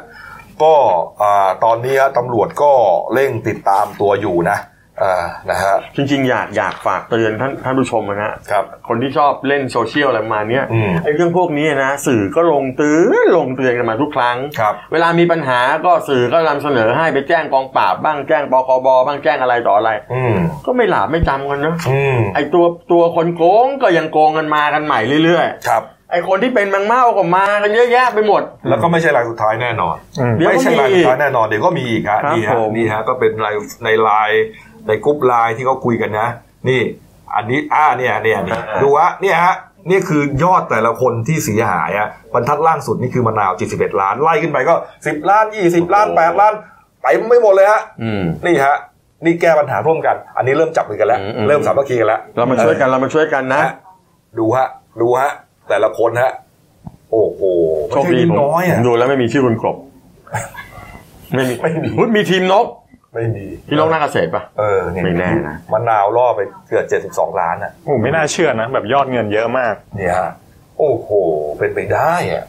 [SPEAKER 1] ก็อ่าตอนนี้ฮะตำรวจก็เร่งติดตามตัวอยู่นะอ่านะฮะ
[SPEAKER 2] จริงๆ อยากอยากฝากเตือนท่านท่านผู้ชมนะฮะ
[SPEAKER 1] ครับ
[SPEAKER 2] คนที่ชอบเล่นโซเชียลอะไรประมาณเนี้ย
[SPEAKER 1] อืม
[SPEAKER 2] ไอ้เรื่องพวกนี้นะ สื่อก็ลงเตือนลงเตือนกันมาทุกครั้ง
[SPEAKER 1] ครับ
[SPEAKER 2] เวลามีปัญหาก็สื่อก็นำเสนอให้ไปแจ้งกองปราบบ้างแจ้งปคบบ้างแจ้งอะไรต่ออะไร
[SPEAKER 1] อืม
[SPEAKER 2] ก็ไม่หลาบไม่จำกันนะ
[SPEAKER 1] อืม
[SPEAKER 2] ไอตัวตัวคนโกงก็ยังโกงกันมากันใหม่เรื่อย
[SPEAKER 1] ครับ
[SPEAKER 2] ๆไอคนที่เป็นมังเม่าก็มากันเยอะแยะไปหมด
[SPEAKER 1] แล้วก็ไม่ใช่รายสุดท้ายแน่นอน
[SPEAKER 3] อืม
[SPEAKER 2] เดี๋ยวก็
[SPEAKER 1] ไม่ใช่รายสุดท้ายแน่นอนเดี๋ยวก็มีอีกฮะ
[SPEAKER 2] ครับ
[SPEAKER 1] นี่ฮะ
[SPEAKER 2] ผม
[SPEAKER 1] นี่ฮะก็เป็นรายในไลน์ในกรุ๊ปไลน์ที่เขาคุยกันนะ นี่ อันนี้อ่าเนี่ยเนี่ยเนี่ยดูฮะเนี่ยฮะนี่คือยอดแต่ละคนที่เสียหายอะบรรทัดล่างสุดนี่คือมะนาว71ล้านไล่ขึ้นไปก็ 10 ล้าน 20 ล้าน 8 ล้านไปไม่หมดเลยฮะ
[SPEAKER 2] อืม
[SPEAKER 1] นี่ฮะนี่แก้ปัญหาร่วมกัน อันนี้เริ่มจับมือกันแล้ว
[SPEAKER 2] อืมอืม
[SPEAKER 1] เริ่มสามัคคีกันแล้ว
[SPEAKER 2] เรามาช่วยกันเรามาช่วยกันนะ
[SPEAKER 1] ฮะดูฮะ ดูฮะ แต่ละคนฮะ โอ้โห
[SPEAKER 2] โชคดี
[SPEAKER 1] ไม่
[SPEAKER 2] ผม
[SPEAKER 1] ใน้อย
[SPEAKER 2] ผ
[SPEAKER 1] อ่ะ
[SPEAKER 2] มดูแล้วไม่มีชื่อคุณ กรบไม่มี
[SPEAKER 1] ไม่มี
[SPEAKER 2] เฮ้ยมีทีมนก
[SPEAKER 1] ไม่มี
[SPEAKER 2] ทีมนกหน้าเกษตรปะ
[SPEAKER 1] เออเนี่ย
[SPEAKER 2] ไม่แน่นะ
[SPEAKER 1] มะนาวล่อไปเกือบเจ็ดสิบสองล้านอ่ะ
[SPEAKER 3] โอ้ไม่น่าเชื่อนะ แบบยอดเงินเยอะมาก
[SPEAKER 1] เนี่ยฮะโอ้โห เป็นไปได้อ่ะ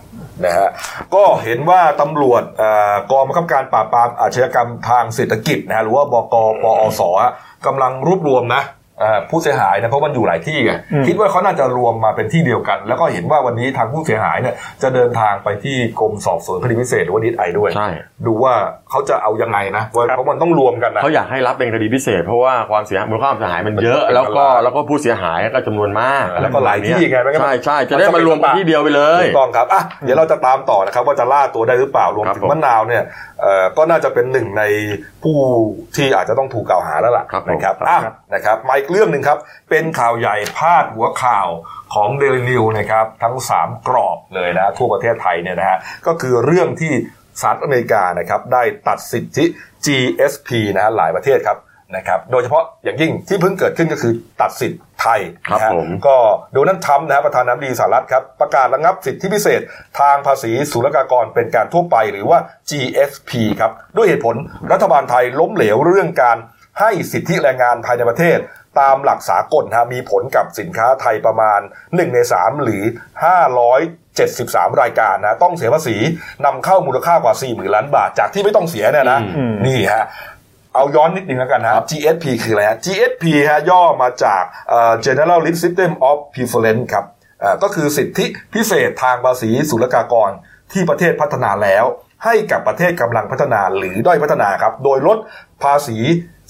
[SPEAKER 1] นะฮะก็เห็นว่าตำรวจเอ่อกองบังคับการปราบปรามอาชญากรรมทางเศรษฐกิจนะฮะหรือว่าบกปอสฮะกำลังรวบรวมนะเอ่อผู้เสียหายนะเพราะมันอยู่หลายที่ไง
[SPEAKER 3] อืม
[SPEAKER 1] คิดว่าเขาน่าจะรวมมาเป็นที่เดียวกัน แล้วก็เห็นว่าวันนี้ทางผู้เสียหายเนี่ยจะเดินทางไปที่กรมสอบสวนคดีพิเศษหรือว่าดิไอด้วย
[SPEAKER 2] ใช่
[SPEAKER 1] ดูว่าเขาจะเอายังไงนะว่าเพราะมันต้องรวมกันนะ
[SPEAKER 2] เขาอยากให้รับเป็นคดีพิเศษ เพราะว่าความเสียหายมูลค่าความเสียหายมันเยอะ แล้วก็แล้วก็ผู้เสียหายก็จำนวนมาก
[SPEAKER 1] แล้วก็หลายที่ไงมันก็
[SPEAKER 2] ใช่ใช่จะได้มารวมกันที่เดียวไปเลย
[SPEAKER 1] ถูกต้องครับอ่ะเดี๋ยวเราจะตามต่อนะครับ ว่าจะล่าตัวได้หรือเปล่ารวม
[SPEAKER 2] ครับ
[SPEAKER 1] ถึง
[SPEAKER 2] ผม
[SPEAKER 1] มะนาวเนี่ยเอ่อก็น่าจะเป็นหนึ่งในผู้ที่อาจจะต้องถูกกล่าวหาแล้วล่ะ
[SPEAKER 2] ครับผม
[SPEAKER 1] นะครับอ่ะนะครับ มาอีก เรื่องหนึ่งครับ เป็นข่าวใหญ่พาดหัวข่าวของเดลินิวนะครับ ทั้ง 3 กรอบเลยนะ ทั่วประเทศไทยเนี่ยนะฮะก็คือเรื่องที่สหรัฐอเมริกานะครับได้ตัดสิทธิ GSP นะฮะหลายประเทศครับนะครับโดยเฉพาะอย่างยิ่งที่เพิ่งเกิดขึ้นก็คือตัดสิทธิไทยนะ
[SPEAKER 2] ครั
[SPEAKER 1] ฮะ
[SPEAKER 2] บผม
[SPEAKER 1] ก็โดนัลด์ทรัมป์นะครับประธานาธิบดีสหรัฐครับ ประกาศระงับสิทธิพิเศษ ทางภาษีศุลกากรเป็นการทั่วไปหรือว่า GSP ครับ ด้วยเหตุผลรัฐบาลไทยล้มเหลวเรื่องการให้สิทธิแรงงานภายในประเทศ ตามหลักสากลนะฮะมีผลกับสินค้าไทยประมาณ 1 ใน 3 หรือ 573 รายการนะต้องเสียภาษีนำเข้ามูลค่ากว่า 4 0 0 0 0 ล้านบาทจากที่ไม่ต้องเสียเนี่ยนะ
[SPEAKER 3] อืม
[SPEAKER 1] นี่ฮะ เอาย้อนนิดนึงแล้วกันฮะ GSP คืออะไรฮะ GSP ฮะย่อมาจากเอ่อ General List System of Preference ครับเอ่อก็คือสิทธิพิเศษทางภาษีศุลกากรที่ประเทศพัฒนาแล้ว ให้กับประเทศกำลังพัฒนาหรือด้อยพัฒนาครับ โดยลดภาษี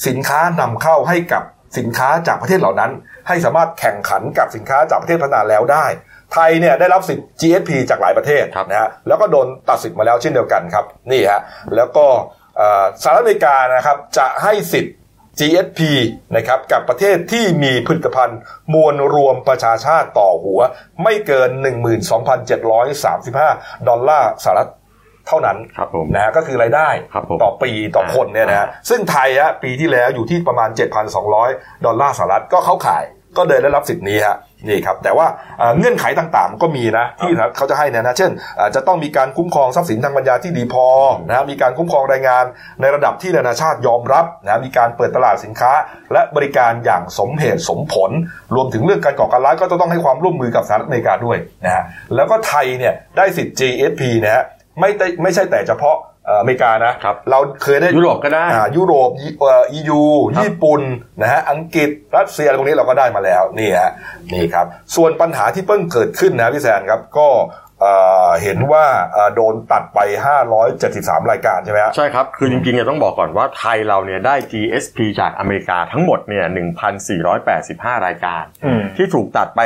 [SPEAKER 1] สินค้านำเข้าให้กับสินค้าจากประเทศเหล่านั้น ให้สามารถแข่งขันกับสินค้าจากประเทศพัฒนาแล้วได้ ไทยเนี่ยได้รับสิทธิ์ GSP จากหลายประเทศ
[SPEAKER 2] ครับ
[SPEAKER 1] นะฮะแล้วก็โดนตัดสิทธิ์มาแล้วเช่นเดียวกันครับนี่ฮะแล้วก็เอ่อสหรัฐอเมริกานะครับจะให้สิทธิ์ GSP นะครับกับประเทศที่มีผลิตภัณฑ์มวลรวมประชาชาติต่อหัว ไม่เกิน 12,735 ดอลลาร์สหรัฐเท่านั้น
[SPEAKER 2] ครับผม
[SPEAKER 1] นะฮะก็คือรายได้
[SPEAKER 2] ครับผม
[SPEAKER 1] ต่อปีต่อคนเนี่ยนะ
[SPEAKER 2] อ่า
[SPEAKER 1] ฮะซึ่งไทยฮะปีที่แล้วอยู่ที่ประมาณ 7,200 ดอลลาร์สหรัฐก็เข้าขายก็เลยได้รับสิทธิ์นี้ฮะนี่ครับแต่ว่าเอ่อเงื่อนไขต่างๆมันก็มีนะที่เขาจะให้เนี่ยนะเช่นอ่าจะต้องมีการคุ้มครองทรัพย์สินทางปัญญาที่ดีพอนะฮะมีการคุ้มครองแรงงานในระดับที่นานาชาติยอมรับนะฮะมีการเปิดตลาดสินค้า และบริการอย่างสมเหตุสมผล รวมถึงเรื่องการก่อการร้ายก็จะต้องให้ความร่วมมือกับสหรัฐอเมริกาด้วยนะฮะแล้วก็ไทยเนี่ยได้สิทธิ์ GSP นะฮะไม่ได้ไม่ใช่แต่เฉพาะเอ่ออเมริกานะ
[SPEAKER 2] ครับ
[SPEAKER 1] เราเคยได้
[SPEAKER 2] ยุโรปก็ได้
[SPEAKER 1] อ่ายุโรปยิเอ่อ EU ญี่ปุ่นนะฮะอังกฤษรัสเซียอะไรพวกนี้เราก็ได้มาแล้วนี่ฮะนี่ครับ ส่วนปัญหาที่เพิ่งเกิดขึ้นนะพี่แซนครับก็เอ่อเห็นว่าเอ่อโดนตัดไป 573 รายการใช่ไหมฮะ
[SPEAKER 2] ใช่ครับ คือจริงๆเนี่ยต้องบอกก่อนว่าไทยเราเนี่ยได้ GSP จากอเมริกาทั้งหมดเนี่ย1,485 รายการ
[SPEAKER 3] อืม
[SPEAKER 2] ที่ถูกตัดไป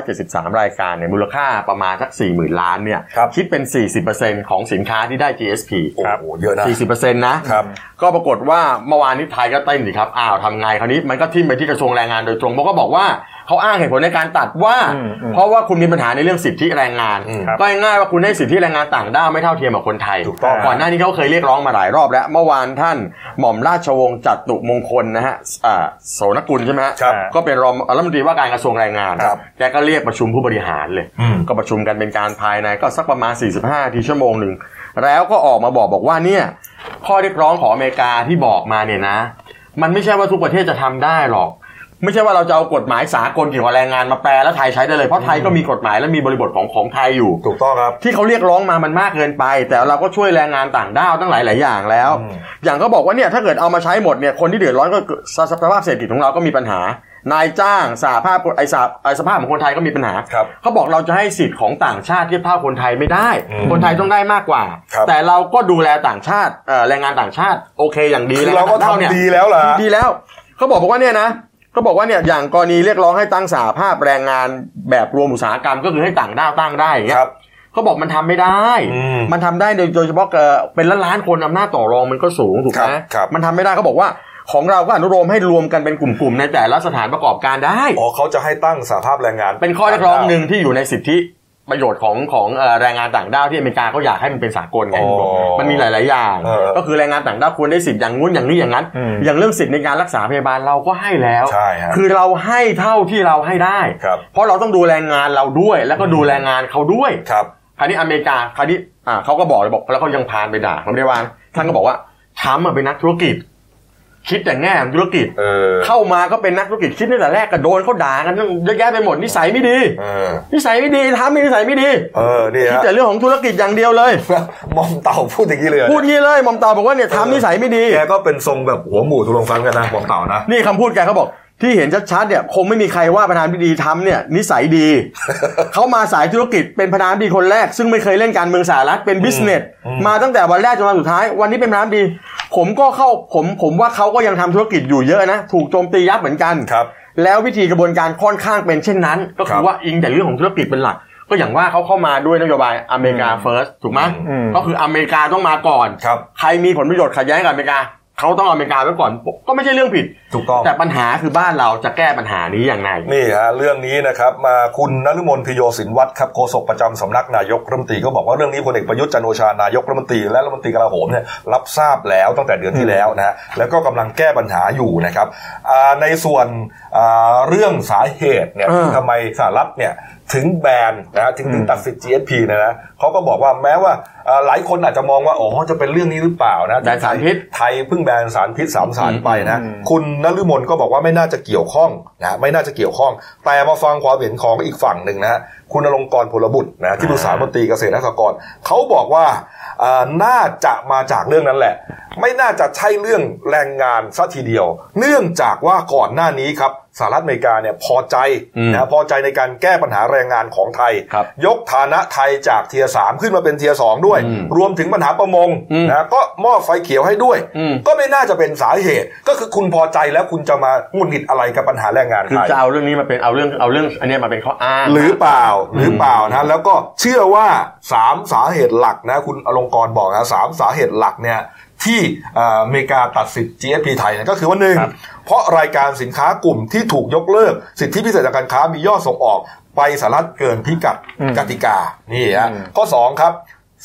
[SPEAKER 2] 573 รายการเนี่ยมูลค่าประมาณสัก 40,000 ล้านเนี่ย
[SPEAKER 1] ครับ
[SPEAKER 2] คิดเป็น 40%ของสินค้าที่ได้ GSP
[SPEAKER 1] โอ้โหเยอะนะ
[SPEAKER 2] 40%นะครับ ก็ปรากฏว่าเมื่อวานนี้ไทยก็เต้นสิครับ อ้าวทำไงคราวนี้มันก็ทิ่มไปที่กระทรวงแรงงานโดยตรงเพราะก็บอกว่าเขาอ้างเหตุผลในการตัดว่า
[SPEAKER 3] อืมอืม
[SPEAKER 2] เพราะว่าคุณมีปัญหาในเรื่องสิทธิแรงงาน
[SPEAKER 1] อืม
[SPEAKER 3] ครับ
[SPEAKER 2] ก็ง่ายๆว่าคุณให้สิทธิแรงงานต่างด้าวไม่เท่าเทียมกับคนไทย
[SPEAKER 1] ถูกต้อง
[SPEAKER 2] ก่อนหน้านี้เขาเคยเรียกร้องมาหลายรอบแล้ว เมื่อวานท่านหม่อมราชวงศ์จัตุมงคลนะฮะอ่าโสนกุลใช่ไหมฮะ
[SPEAKER 1] ครับ
[SPEAKER 2] ก็เป็นรองรัฐมนตรีว่าการกระทรวงแรงงาน
[SPEAKER 1] ครับ
[SPEAKER 2] แกก็เรียกประชุมผู้บริหารเลย
[SPEAKER 1] อืม
[SPEAKER 2] ก็ประชุมกันเป็นการภายในก็สักประมาณ 45 ทีชั่วโมงหนึ่ง แล้วก็ออกมาบอกบอกว่าเนี่ย ข้อเรียกร้องของอเมริกาที่บอกมาเนี่ยนะ มันไม่ใช่ว่าทุกประเทศจะทำได้หรอก ไม่ใช่ว่าเราจะเอากฎหมายสากลเกี่ยวกับแรงงานมาแปลแล้วไทยใช้ได้เลย เพราะไทยก็มีกฎหมายและมีบริบทของของไทยอยู่
[SPEAKER 1] ถูกต้องครับ
[SPEAKER 2] ที่เขาเรียกร้องมามันมากเกินไป แต่เราก็ช่วยแรงงานต่างด้าวตั้งหลายหลายๆอย่างแล้ว
[SPEAKER 1] อืม
[SPEAKER 2] อย่างก็บอกว่าเนี่ยถ้าเกิดเอามาใช้หมดเนี่ยคนที่เดือดร้อนก็คือสสภาพเศรษฐกิจของเราก็มีปัญหา นายจ้างสาภาพไอสาไอสภาพของคนไทยก็มีปัญหา
[SPEAKER 1] ครับ
[SPEAKER 2] เขาบอกเราจะให้สิทธิ์ของต่างชาติเทียบเท่าคนไทยไม่ได้
[SPEAKER 1] อืม
[SPEAKER 2] คนไทยต้องได้มากกว่า
[SPEAKER 1] ครับ
[SPEAKER 2] แต่เราก็ดูแลต่างชาติเอ่อแรงงานต่างชาติโอเคอย่างดี
[SPEAKER 1] คือเราก็
[SPEAKER 2] แงงนต่งด้วเนี่ย
[SPEAKER 1] ทำดีแล้วล่ะ
[SPEAKER 2] ดีแล้วเขาบอกบอกว่าเนี่ยนะเขาบอกว่าเนี่ยอย่างกรณีเรียกร้องให้ตั้งสาภาพแรงงานแบบรวมอุตสาหกรรมก็คือให้ต่างด้าวตั้งได้อย่างเงี้ย
[SPEAKER 1] ครับ
[SPEAKER 2] เขาบอกมันทำไม่ได้
[SPEAKER 1] อืม
[SPEAKER 2] มันทำได้โดยโดยเฉพาะเอ่อเป็นล้านล้านๆคนอำนาจต่อรองมันก็สูงถูกไห
[SPEAKER 1] ค
[SPEAKER 2] ม
[SPEAKER 1] รับครับ
[SPEAKER 2] มันทำไม่ได้เขาบอกว่าของเราก็อนุโลมให้รวมกันเป็นกลุ่มๆในแต่ละสถานประกอบการได้
[SPEAKER 1] อ๋อเขาจะให้ตั้งสหภาพแรงงาน
[SPEAKER 2] เป็นข้อเรียกร้องหนึ่งที่อยู่ในสิทธิประโยชน์ของของเอ่อแรงงานต่างด้าวที่อเมริกาเขาอยากให้มันเป็นสากลไง
[SPEAKER 1] อ๋อ
[SPEAKER 2] มันมีหลาย ๆ อย่าง
[SPEAKER 1] เออ
[SPEAKER 2] ก็คือแรงงานต่างด้าวควรได้สิทธิ์อย่างงู้นอย่างนี้อย่างนั้น
[SPEAKER 3] อืม
[SPEAKER 2] อย่างเรื่องสิทธิ์ในการรักษาพยาบาลเราก็ให้แล้ว
[SPEAKER 1] ใช่ฮะ
[SPEAKER 2] คือเราให้เท่าที่เราให้ได้
[SPEAKER 1] ครับ
[SPEAKER 2] เพราะเราต้องดูแรงงานเราด้วย แล้วก็ดูแรงงานเขาด้วย
[SPEAKER 1] ครับ
[SPEAKER 2] คราวนี้อเมริกาคราวนี้อ่าเขาก็บอกเลยบอกแล้วเขายังพานไปด่าเขาไม่ได้วางท่านก็บอกว่าทำมาเป็นนักธุรกิจ คิดแต่แง่ของธุรกิจ
[SPEAKER 1] เออ
[SPEAKER 2] เข้ามาก็เป็นนักธุรกิจคิดตั้งแต่แรกก็โดนเขาด่ากันเยอะแยะไปหมดนิสัยไม่ดี
[SPEAKER 1] เออ
[SPEAKER 2] นิสัยไม่ดีทำนิสัยไม่ดี
[SPEAKER 1] เออนี่
[SPEAKER 2] คิด
[SPEAKER 1] ฮะ
[SPEAKER 2] แต่เรื่องของธุรกิจอย่างเดียวเลย
[SPEAKER 1] มอมเต่าพูดอย่างนี้เลย
[SPEAKER 2] พูดงี้เลยหมอมเตาบอกว่าเนี่ยทำนิสัยไม่ดี
[SPEAKER 1] แกก็เป็นทรงแบบหัวหมูทุลงฟันกันนะมอมเต่านะ
[SPEAKER 2] นี่คำพูดแกเขาบอก ที่เห็นชัดๆเนี่ยคงไม่มีใครว่าประธานพิดีทำเนี่ยนิสัยดี เขามาสายธุรกิจเป็นประธานพิดีคนแรก ซึ่งไม่เคยเล่นการเมืองสหรัฐเป็นบิสเนสมาตั้งแต่วันแรกจนวันสุดท้าย วันนี้เป็นประธานพิดี ผมก็เข้าผมผมว่าเขาก็ยังทำธุรกิจอยู่เยอะนะถูกโจมตียับเหมือนกัน
[SPEAKER 1] ครับ
[SPEAKER 2] แล้ววิธีกระบวนการค่อนข้างเป็นเช่นนั้น ก็
[SPEAKER 1] ค
[SPEAKER 2] คื
[SPEAKER 1] รั
[SPEAKER 2] อบ ว่าอิงแต่เรื่องของธุรกิจเป็นหลัก ก็อย่างว่าเขาเข้ามาด้วยนโยบายอเมริกาเฟิร์สถูกไหม
[SPEAKER 3] อืม
[SPEAKER 2] ก็คืออเมริกาต้องมาก่อน
[SPEAKER 1] ครับ
[SPEAKER 2] ใครมีผลประโยชน์ขัดแย้งกับอเมริกา เขาต้องเอาอเมริกาไว้ก่อนก็ไม่ใช่เรื่องผิด
[SPEAKER 1] ถูกต้อง
[SPEAKER 2] แต่ปัญหาคือบ้านเราจะแก้ปัญหานี้อย่างไร
[SPEAKER 1] นี่ฮะเรื่องนี้นะครับมาคุณนฤมลพิโยศินวัตรครับโฆษกประจำสำนักนายกรัฐมนตรีก็บอกว่าเรื่องนี้พลเอกประยุทธ์จันทร์โอชานายกรัฐมนตรีและรัฐมนตรีกลาโหมเนี่ยรับทราบแล้วตั้งแต่เดือนที่แล้วนะฮะแล้วก็กำลังแก้ปัญหาอยู่นะครับอ่าในส่วนอ่าเรื่องสาเหตุเนี่ย
[SPEAKER 2] เออ
[SPEAKER 1] ทำไมสหรัฐเนี่ยถึงแบนนะฮะถึงถึงตัดสิทธิ์ GSP เนี่ยนะเขาก็บอกว่าแม้ว่าอ่าหลายคนอาจจะมองว่าอ๋อจะเป็นเรื่องนี้หรือเปล่านะ
[SPEAKER 2] แบนสารพิษ
[SPEAKER 1] ไทยเพิ่งแบนสารพิษสามสารไปนะ
[SPEAKER 3] อืม
[SPEAKER 1] คุณนฤมลก็บอกว่าไม่น่าจะเกี่ยวข้องนะไม่น่าจะเกี่ยวข้อง แต่มาฟังความเห็นของอีกฝั่งหนึ่งนะฮะคุณอลงกรณ์พลบุตรนะที่ปรึกษารัฐมนตรีเกษตรและสหกรณ์เขาบอกว่าเอ่อน่าจะมาจากเรื่องนั้นแหละ ไม่น่าจะใช่เรื่องแรงงานซะทีเดียว เนื่องจากว่าก่อนหน้านี้ครับสหรัฐอเมริกาเนี่ยพอใจนะพอใจในการแก้ปัญหาแรงงานของไทย
[SPEAKER 2] ครับ
[SPEAKER 1] ยกฐานะไทยจากเทียสามขึ้นมาเป็นเทียสองด้วย
[SPEAKER 2] อืม
[SPEAKER 1] รวมถึงปัญหาประมง
[SPEAKER 2] อืม
[SPEAKER 1] นะก็มอบไฟเขียวให้ด้วย
[SPEAKER 2] อืม
[SPEAKER 1] ก็ไม่น่าจะเป็นสาเหตุ ก็คือคุณพอใจแล้วคุณจะมาหงุดหงิดอะไรกับปัญหาแรงงาน
[SPEAKER 2] คือ
[SPEAKER 1] ไทย
[SPEAKER 2] จะเอาเรื่องนี้มาเป็นเอาเรื่องเอาเรื่องอันเนี้ยมาเป็นข้ออ้าง
[SPEAKER 1] หรือเปล่าหรือเปล่านะแล้วก็เชื่อว่า 3 สาเหตุหลักนะคุณอลงกรณ์บอกนะสามสาเหตุหลักเนี่ยที่เอ่ออเมริกาตัดสิทธิ์ GSP ไทยเนี่ยก็คือว่าหนึ่งเพราะรายการสินค้ากลุ่มที่ถูกยกเลิก สิทธิพิเศษทางการค้ามียอดส่งออก ไปสหรัฐเกินพิกัดกติกานี่ฮะข้อ 2 ครับ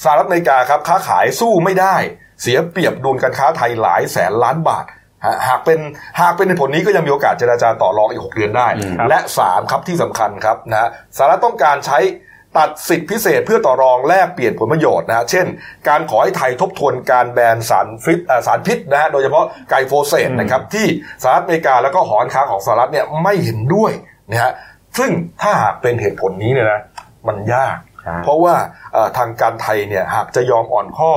[SPEAKER 1] สหรัฐอเมริกาครับค้าขายสู้ไม่ได้ เสียเปรียบดุลการค้าไทยหลายแสนล้านบาทฮะหากเป็นหากเป็นในผลนี้ก็ยังมีโอกาสเจราจาต่อรองอีก 6 เดือนได้ และ 3 ครับที่สำคัญครับนะฮะสหรัฐต้องการใช้ตัดสิทธิพิเศษเพื่อต่อรองแลกเปลี่ยนผลประโยชน์นะฮะเช่น การขอให้ไทยทบทวนการแบนสารฟิษอ่าสารพิษนะฮะโดยเฉพาะไกลโฟเซตนะครับที่สหรัฐอเมริกาแล้วก็หอการค้าของสหรัฐเนี่ยไม่เห็นด้วยนะฮะซึ่งถ้าหากเป็นเหตุผลนี้เนี่ยนะมันยาก
[SPEAKER 2] ครับ
[SPEAKER 1] เพราะว่าเอ่อทางการไทยเนี่ยหากจะยอมอ่อนข้อ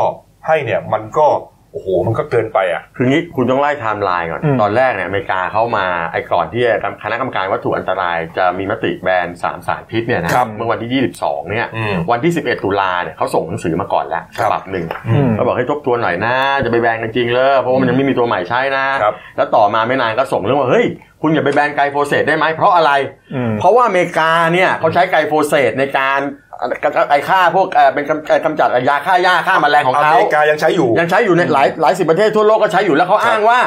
[SPEAKER 1] ให้เนี่ยมันก็โอ้โหมันก็เกินไปอ่ะ
[SPEAKER 2] คืองี้คุณต้องไล่ไทม์ไลน์ก่อน
[SPEAKER 3] อืม
[SPEAKER 2] ตอนแรกเนี่ยอเมริกาเข้ามาไอ้ก่อนที่คณะกรรมการวัตถุอันตรายจะมีมติแบนสามสารพิษเนี่ยนะครับ เมื่อวันที่ 22 เนี่ย
[SPEAKER 1] อืม
[SPEAKER 2] วันที่ 11 ตุลาเนี่ยเขาส่งหนังสือมาก่อนแล้ว
[SPEAKER 1] ค
[SPEAKER 2] ฉ
[SPEAKER 1] รับ
[SPEAKER 2] บับหนึ่ง
[SPEAKER 1] อืม
[SPEAKER 2] เขาบอกให้ทบทวนหน่อยนะ จะไปแบนกันจริงเลยเพราะว่ามันยังไม่มีตัวใหม่ใช้นะ
[SPEAKER 1] ครับ
[SPEAKER 2] แล้วต่อมาไม่นานก็ส่งเรื่องว่าเฮ้ยคุณอย่าไปแบนไกลโฟเซตได้ไหมเพราะอะไร
[SPEAKER 3] อืม
[SPEAKER 2] เพราะว่าอเมริกาเนี่ยเขาใช้ไกลโฟเซตในการกำจัดไอฆ่าพวกเอ่อเป็นกำกำจัดยาฆ่าหญ้าฆ่าแมลงของ
[SPEAKER 1] อ
[SPEAKER 2] เขา
[SPEAKER 1] เมริกายังใช้อยู่
[SPEAKER 2] ยังใช้อยู่ในหลายหลายสิบประเทศทั่วโลกก็ใช้อยู่แล้วเขาอ้างว่า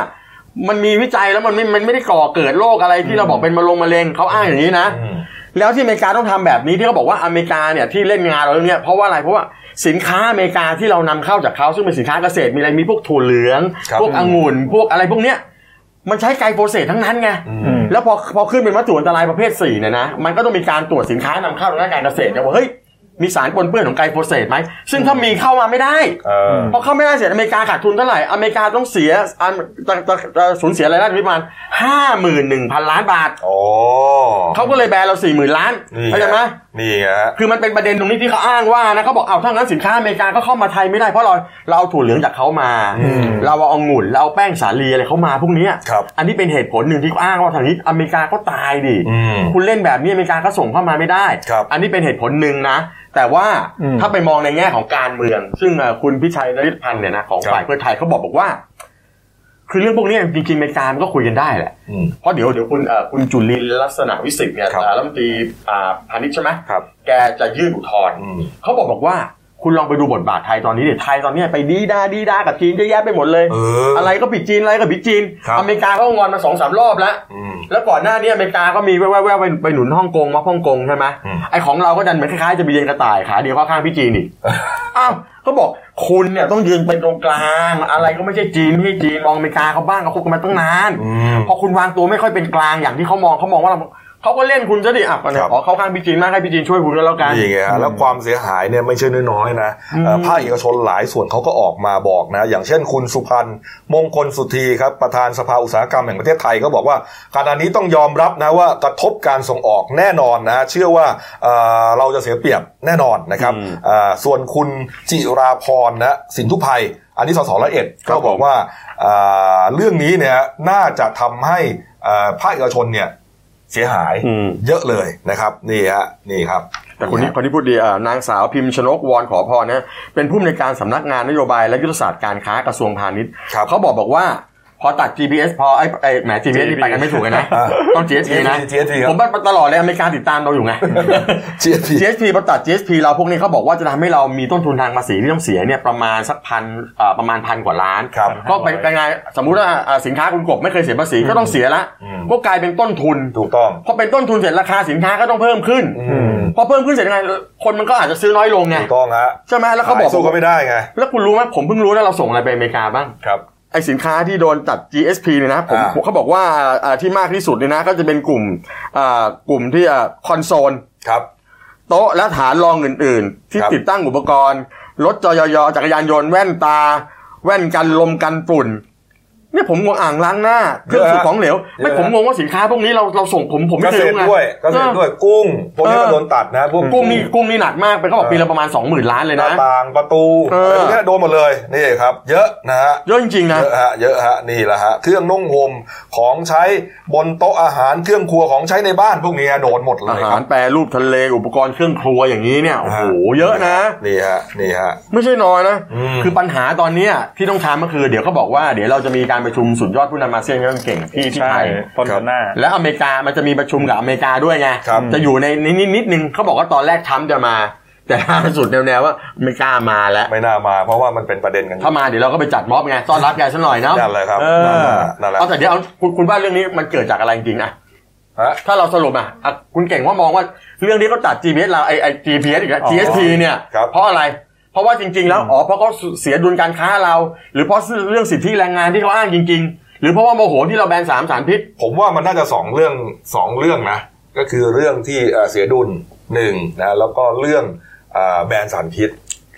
[SPEAKER 2] มันมีวิจัยแล้วมันไม่มันไม่ได้ก่อเกิดโรคอะไรที่เราบอกเป็นมะลงมะเร็งเขาอ้างอย่างนี้นะ
[SPEAKER 1] อืม
[SPEAKER 2] แล้วที่อเมริกาต้องทำแบบนี้ที่เขาบอกว่าอเมริกาเนี่ยที่เล่นงานเราเรื่องเนี้ยเพราะว่าอะไรเพราะว่าสินค้าอเมริกาที่เรานำเข้าจากเขาซึ่งเป็นสินค้าเกษตรมีอะไรมีพวกถั่วเหลือง
[SPEAKER 1] ครับ
[SPEAKER 2] พวกองุ่นพวกอะไรพวกเนี้ยมันใช้ไกลโฟเซตทั้งนั้นไง
[SPEAKER 3] อืม
[SPEAKER 2] แล้วพอพอขึ้นเป็นวัตถุอันตรายประเภท4เนี่ยนะมันก็ต้องมีการตรวจสินค้านำเข้าทางด้านการเกษตรกันว่าเฮ้ยมีสารปนเปื้อนของไกลโฟเซตไหมซึ่งถ้ามีเข้ามาไม่ได้
[SPEAKER 1] เออ
[SPEAKER 2] พอเข้าไม่ได้เสียอเมริกาขาดทุนเท่าไหร่ อเมริกาต้องเสียอันจะจะจะสูญเสียรายได้ถึงประมาณห้าหมื่นหนึ่งพันล้านบาท
[SPEAKER 1] โอ้
[SPEAKER 2] เขาก็เลยแบนเราสี่หมื่นล้าน
[SPEAKER 1] นี่
[SPEAKER 2] เข้าใจไหม
[SPEAKER 1] นี่ฮะ
[SPEAKER 2] คือมันเป็นประเด็นตรงนี้ที่เขาอ้างว่านะเขาบอกเอาถ้างั้นสินค้าอเมริกาก็เข้ามาไทยไม่ได้เพราะเราเราเอาถั่วเหลืองจากเขามา
[SPEAKER 1] อืม
[SPEAKER 2] เราเอาองุ่นเราเอาแป้งสาลีอะไรเขามาพวกเนี้ย
[SPEAKER 1] ครับ
[SPEAKER 2] อันนี้เป็นเหตุผลหนึ่งที่เขาอ้างว่าทางนี้อเมริกาก็ตายดิ
[SPEAKER 1] อืม
[SPEAKER 2] คุณเล่นแบบนี้อเมริกาก็ส่งเข้ามาไม่ได้
[SPEAKER 1] ครับ
[SPEAKER 2] อันนี้เป็นเหตุผลหนึ่งนะ แต่ว่า
[SPEAKER 3] อืม
[SPEAKER 2] ถ้าไปมองในแง่ของการเมือง ซึ่งเอ่อคุณพิชัยนริศพันธ์เนี่ยนะของ
[SPEAKER 1] ครับ
[SPEAKER 2] ฝ่ายเพื่อไทยเขาบอกบอกว่า คือเรื่องพวกนี้จริงๆอเมริกามันก็คุยกันได้แหละ
[SPEAKER 1] อืม
[SPEAKER 2] เพราะเดี๋ยวเดี๋ยวคุณเอ่อคุณจุลินลักษณะวิสิทธิ์เนี่ย
[SPEAKER 1] ครับ
[SPEAKER 2] อ่ารัฐมนตรีอ่าพาณิชย์ใช่ไหม
[SPEAKER 1] ครับ
[SPEAKER 2] แกจะยื่นอุทธรณ์
[SPEAKER 1] อืม
[SPEAKER 2] เขาบอกบอกว่า คุณลองไปดูบทบาทไทยตอนนี้เดี๋ยวไทยตอนเนี้ยไปดีดาดีดากับจีนเยอะแยะไปหมดเลย
[SPEAKER 1] เอออ
[SPEAKER 2] ไรก็ผิดจีนอะไรก็ผิดจีน
[SPEAKER 1] ครับ
[SPEAKER 2] อเมริกาก็งอนมาสองสามรอบแล้ว
[SPEAKER 1] อืม
[SPEAKER 2] แล้วก่อนหน้านี้อเมริกาก็มีแว่วๆไปไปหนุนฮ่องกงมาฮ่องกงใช่ไหม
[SPEAKER 1] อืม
[SPEAKER 2] ไอของเราก็ดันเหมือนคล้ายๆจะมีเรียนกระต่ายขาเดียวเข้าข้างพี่จีนอีกอ้าวก็บอกคุณเนี่ยต้องยืนเป็นตรงกลาง อะไรก็ไม่ใช่จีนไม่ใช่จีนมองอเมริกาเขาบ้างเขาคบกันมาตั้งนาน
[SPEAKER 1] อืม
[SPEAKER 2] พอคุณวางตัวไม่ค่อยเป็นกลางอย่างที่เขามองเขามองว่าเราเขาก็เล่นคุณซะดิอ่ะก็เนี่ย
[SPEAKER 1] ครับ
[SPEAKER 2] ขอเข้าข้างพี่จีนมากให้พี่จีนช่วยคุณก็แล้วกัน
[SPEAKER 1] นี่ไงฮะแล้วความเสียหายเนี่ยไม่ใช่น้อยๆนะเอ่อภาคเอกชนหลายส่วนเขาก็ออกมาบอกนะ อย่างเช่นคุณสุพันธ์มงคลสุธีครับ ประธานสภาอุตสาหกรรมแห่งประเทศไทยก็บอกว่าขณะนี้ต้องยอมรับนะว่ากระทบการส่งออกแน่นอนนะ เชื่อว่าเอ่อเราจะเสียเปรียบแน่นอนนะครับเอ่อส่วนคุณจิราพรนะสินทุพัยอันนี้สสละเอ็ดก็บอกว่าเอ่อเรื่องนี้เนี่ยน่าจะทำให้เอ่อภาคเอกชนเนี่ยเสียหาย
[SPEAKER 2] อืม
[SPEAKER 1] เยอะเลยนะครับนี่ฮะนี่ครับ
[SPEAKER 2] แต่คนนี้คนที่พูดดีอ่านางสาวพิมพ์ชนกวอนขอพรนะเป็นผู้อำนวยการสำนักงานนโยบายและยุทธศาสตร์การค้ากระทรวงพาณิชย์
[SPEAKER 1] ครับ
[SPEAKER 2] เขาบอกบอกว่า พอตัด GPS พอไอ้ไอ้แหม GPS นี่ไปกันไม่ถูกกันนะ
[SPEAKER 1] อ่า
[SPEAKER 2] ต้อง GSP นะ
[SPEAKER 1] GSP ครับ
[SPEAKER 2] ผมว่าตลอดเลยอเมริกาติดตามเรา อยู่ไง
[SPEAKER 1] เชียร์ที
[SPEAKER 2] GSP พอตัด GSP เราพวกนี้เขาบอกว่าจะทำให้เรามีต้นทุนทางภาษีที่ต้องเสียเนี่ยประมาณสักพันเอ่อประมาณพันกว่าล้าน
[SPEAKER 1] ครับ
[SPEAKER 2] ก็เป็นยังไงสมมุติว่าอ่าสินค้าคุณกบไม่เคยเสียภาษีก็ต้องเสียละ
[SPEAKER 1] อืม
[SPEAKER 2] ก็กลายเป็นต้นทุน
[SPEAKER 1] ถูกต้อง
[SPEAKER 2] พอเป็นต้นทุนเสร็จราคาสินค้าก็ต้องเพิ่มขึ้น
[SPEAKER 1] อืม
[SPEAKER 2] พอเพิ่มขึ้นเสร็จยังไงคนมันก็อาจจะซื้อน้อยลงไง
[SPEAKER 1] ถูกต้องฮะ
[SPEAKER 2] ใช่ไหมแล้วเขาบอก
[SPEAKER 1] ขยสู้ก็ไม่ได้ไง
[SPEAKER 2] แล้วคุณรู้ไหมผมเพิ่งรู้นะเราส่งอะไรไปอเมริกาบ้าง
[SPEAKER 1] ครับ
[SPEAKER 2] ไอสินค้าที่โดนตัด GSP เนี่ยนะผม
[SPEAKER 1] อ่า
[SPEAKER 2] ผมเขาบอกว่าอ่าที่มากที่สุดเนี่ยนะ ก็จะเป็นกลุ่มอ่ากลุ่มที่คอนโซล
[SPEAKER 1] ครับ
[SPEAKER 2] โต๊ะและฐานรองอื่น ๆ ที่
[SPEAKER 1] ครับ
[SPEAKER 2] ติดตั้งอุปกรณ์ รถจอยยจักรยานยนต์แว่นตา แว่นกันลมกันฝุ่นเนี่ยผมงงอ่างล้างหน้าเครื่องสูบของเหลวไม่
[SPEAKER 1] เยอะ
[SPEAKER 2] ผมงงว่าสินค้าพวกนี้เราเราส่งผมผม
[SPEAKER 1] เก
[SPEAKER 2] ไม่เค
[SPEAKER 1] ษ
[SPEAKER 2] ย
[SPEAKER 1] ตร
[SPEAKER 2] รู้ไง
[SPEAKER 1] ด้วยเกษตรด้วยกุ้งพวกนี้ก็โดนตัดนะพวก
[SPEAKER 2] เออกุ้งนี่กุ้งนี่หนักมากไปเขาบอกปีละประมาณ 20,000 ล้านเลย
[SPEAKER 1] หน้า
[SPEAKER 2] นะ
[SPEAKER 1] ต่างประตู
[SPEAKER 2] เอ
[SPEAKER 1] อะ
[SPEAKER 2] อ
[SPEAKER 1] ไรพวกเนี้ยโดนหมดเลยนี่ครับ เยอะนะฮะ
[SPEAKER 2] เยอะจริงๆนะ
[SPEAKER 1] เยอะฮะเยอะฮะนี่แหละฮะเครื่องนุ่งห่มของใช้บนโต๊ะอาหารเครื่องครัวของใช้ในบ้านพวกเนี้ยโดนหมดเล
[SPEAKER 2] อายหา
[SPEAKER 1] ครั
[SPEAKER 2] ร
[SPEAKER 1] บ
[SPEAKER 2] แปรรูปทะเลอุปกรณ์เครื่องครัวอย่างนี้เนี่ยโอ้โห
[SPEAKER 1] อ่า
[SPEAKER 2] เยอะนะ
[SPEAKER 1] นี่ฮะนี่ฮะ
[SPEAKER 2] ไม่ใช่น้อยนะ
[SPEAKER 1] อืม
[SPEAKER 2] คือปัญหาตอนเนี้ยที่ต้องทำก็คือ เดี๋ยวเขาบอกว่าเดี๋ยวเราจะมีการประชุมสุดยอดผู้นำอาเซียนที่ต้องเก่งที่ที่
[SPEAKER 3] ใช่
[SPEAKER 2] ไทย
[SPEAKER 3] ต้นเดือนหน้า
[SPEAKER 2] และอเมริกามันจะมีประชุมกับอเมริกาด้วยไง
[SPEAKER 1] ครับ
[SPEAKER 2] จะอยู่ในนิดนิดนึงเขาบอกว่าตอนแรกทรัมป์จะมา แต่ล่าสุดแนวๆว่าอเมริกามาแล้ว
[SPEAKER 1] ไม่น่ามาเพราะว่ามันเป็นประเด็นกันอยู่
[SPEAKER 2] ถ้ามาเดี๋ยวเราก็ไปจัดม็อบไงต้อนรับแกซะหน่อยเนาะ
[SPEAKER 1] นั่นแหละครับ
[SPEAKER 2] เอ
[SPEAKER 1] นั่น
[SPEAKER 2] อ
[SPEAKER 1] แหละนั่นแหละ
[SPEAKER 2] เอาแต่เดี๋ยวเอาคุณคุณว่าเรื่องนี้มันเกิดจากอะไรจริงๆนะ
[SPEAKER 1] ฮะ
[SPEAKER 2] ถ้าเราสรุปอ่ะอ่ะคุณเก่งว่ามองว่าเรื่องนี้ก็ตัด GPS เราไอไอ GPS อีกแล้ว GSP เนี่ย
[SPEAKER 1] ครับ
[SPEAKER 2] เพราะอะไร เพราะว่าจริง ๆ แล้วอ๋อเพราะเขาเสียดุลการค้าเรา หรือเพราะเรื่องสิทธิแรงงานที่เขาอ้างจริง ๆ หรือเพราะว่าโมโหที่เราแบนสามสารพิษ
[SPEAKER 1] ผมว่ามันน่าจะสองเรื่องสองเรื่องนะ ก็คือเรื่องที่เอ่อเสียดุลหนึ่งนะแล้วก็เรื่องเอ่อแบรนด์สารพิษ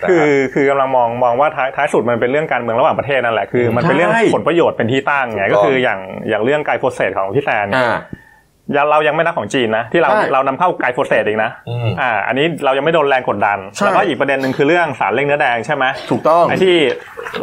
[SPEAKER 1] นะ
[SPEAKER 3] คือ
[SPEAKER 1] ฮะ
[SPEAKER 3] คือกำลังมองมองว่าท้ายท้ายสุดมันเป็นเรื่องการเมืองระหว่างประเทศนั่นแหละคือมันเป็นเรื่อง
[SPEAKER 2] ใช่
[SPEAKER 3] ผลประโยชน์เป็นที่ตั้งไง
[SPEAKER 1] ถูกต้
[SPEAKER 3] ก็
[SPEAKER 1] อง
[SPEAKER 3] คืออย่างอย่างเรื่องไกลโฟเซตของพี่แซนเนี่ย
[SPEAKER 2] อ่า
[SPEAKER 3] ยังเรายังไม่นับของจีนนะที่เรา
[SPEAKER 2] ใช่
[SPEAKER 3] เรานำเข้าไกลโฟเซตอีกนะ
[SPEAKER 1] อืม
[SPEAKER 3] อ่าอันนี้เรายังไม่โดนแรงกดดัน
[SPEAKER 2] ใช่
[SPEAKER 3] แล้วก็อีกประเด็นหนึ่งคือเรื่องสารเล่งเนื้อแดงใช่ไหม
[SPEAKER 2] ถูกต้อง
[SPEAKER 3] ไอ้ที่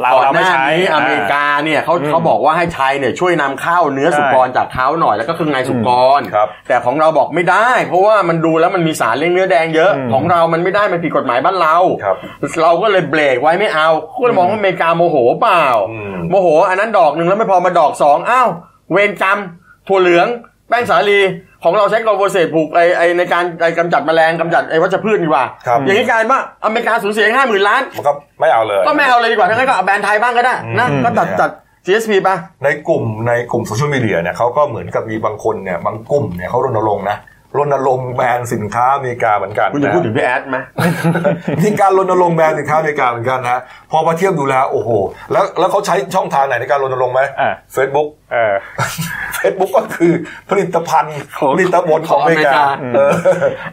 [SPEAKER 3] เรา
[SPEAKER 2] ก่อน
[SPEAKER 3] เรา
[SPEAKER 2] ห
[SPEAKER 3] ไม่
[SPEAKER 2] น้า
[SPEAKER 3] ใช้
[SPEAKER 2] นี้อเมริ
[SPEAKER 3] อ่า
[SPEAKER 2] กาเนี่ยเขา
[SPEAKER 3] อืม
[SPEAKER 2] เขาบอกว่าให้ไทยเนี่ยช่วยนำเข้าเนื้อสุกรจากเขาหน่อยแล้วก็เครื่องในสุกร
[SPEAKER 1] อืมครับ
[SPEAKER 2] แต่ของเราบอกไม่ได้ เพราะว่ามันดูแล้วมันมีสารเลี้ยงเนื้อแดงเยอะ
[SPEAKER 3] อืม
[SPEAKER 2] ของเรามันไม่ได้มันผิดกฎหมายบ้านเรา
[SPEAKER 1] ครับ
[SPEAKER 2] เราก็เลยเบรกไว้ไม่เอาก็เลยมองว่าอเมริกาโมโหเปล่า
[SPEAKER 1] อืม
[SPEAKER 2] โมโห อันนั้นดอกหนึ่งแล้วไม่พอมาดอกสองอ้าวเวรกรรมถั่วเหลือง แป้งสาลีของเราใช้กอลโวเซตปลูกไอไอในการไอกำจัดแมลงกำจัดไอวัชพืชดีกว่า
[SPEAKER 1] ครับ
[SPEAKER 2] อย่างนี้กลายว่าอเมริกาสูญเสียห้าหมื่นล้าน
[SPEAKER 1] มันก็ไม่เอาเลย
[SPEAKER 2] ก็ไม่เอาเลยดีกว่าถ้างั้นก็เอาแบรนด์ไทยบ้างก็ได้นะ
[SPEAKER 1] อืม
[SPEAKER 2] ก็ตัดตัด GSP ไป
[SPEAKER 1] ในกลุ่มในกลุ่มโซเชียลมีเดียเนี่ยเขาก็เหมือนกับมีบางคนเนี่ยบางกลุ่มเนี่ยเขารณรงค์นะรณรงค์แบนสินค้าอเมริกาเหมือนกัน
[SPEAKER 2] คุณจะ
[SPEAKER 1] นะ
[SPEAKER 2] พูดถึงพี่แอดไหม
[SPEAKER 1] มีการรณรงค์แบนสินค้าอเมริกาเหมือนกันนะพอมาเทียบดูแล้วโอ้โห แล้วแล้วเขาใช้ช่องทางไหนในการรณรงค์ไหม
[SPEAKER 3] อ่ะ
[SPEAKER 1] เฟซบุ๊ก
[SPEAKER 3] เออ
[SPEAKER 1] เฟซบุ๊กก็คือผลิตภัณฑ์
[SPEAKER 2] ของ
[SPEAKER 1] ผลิตผลของอเมริกา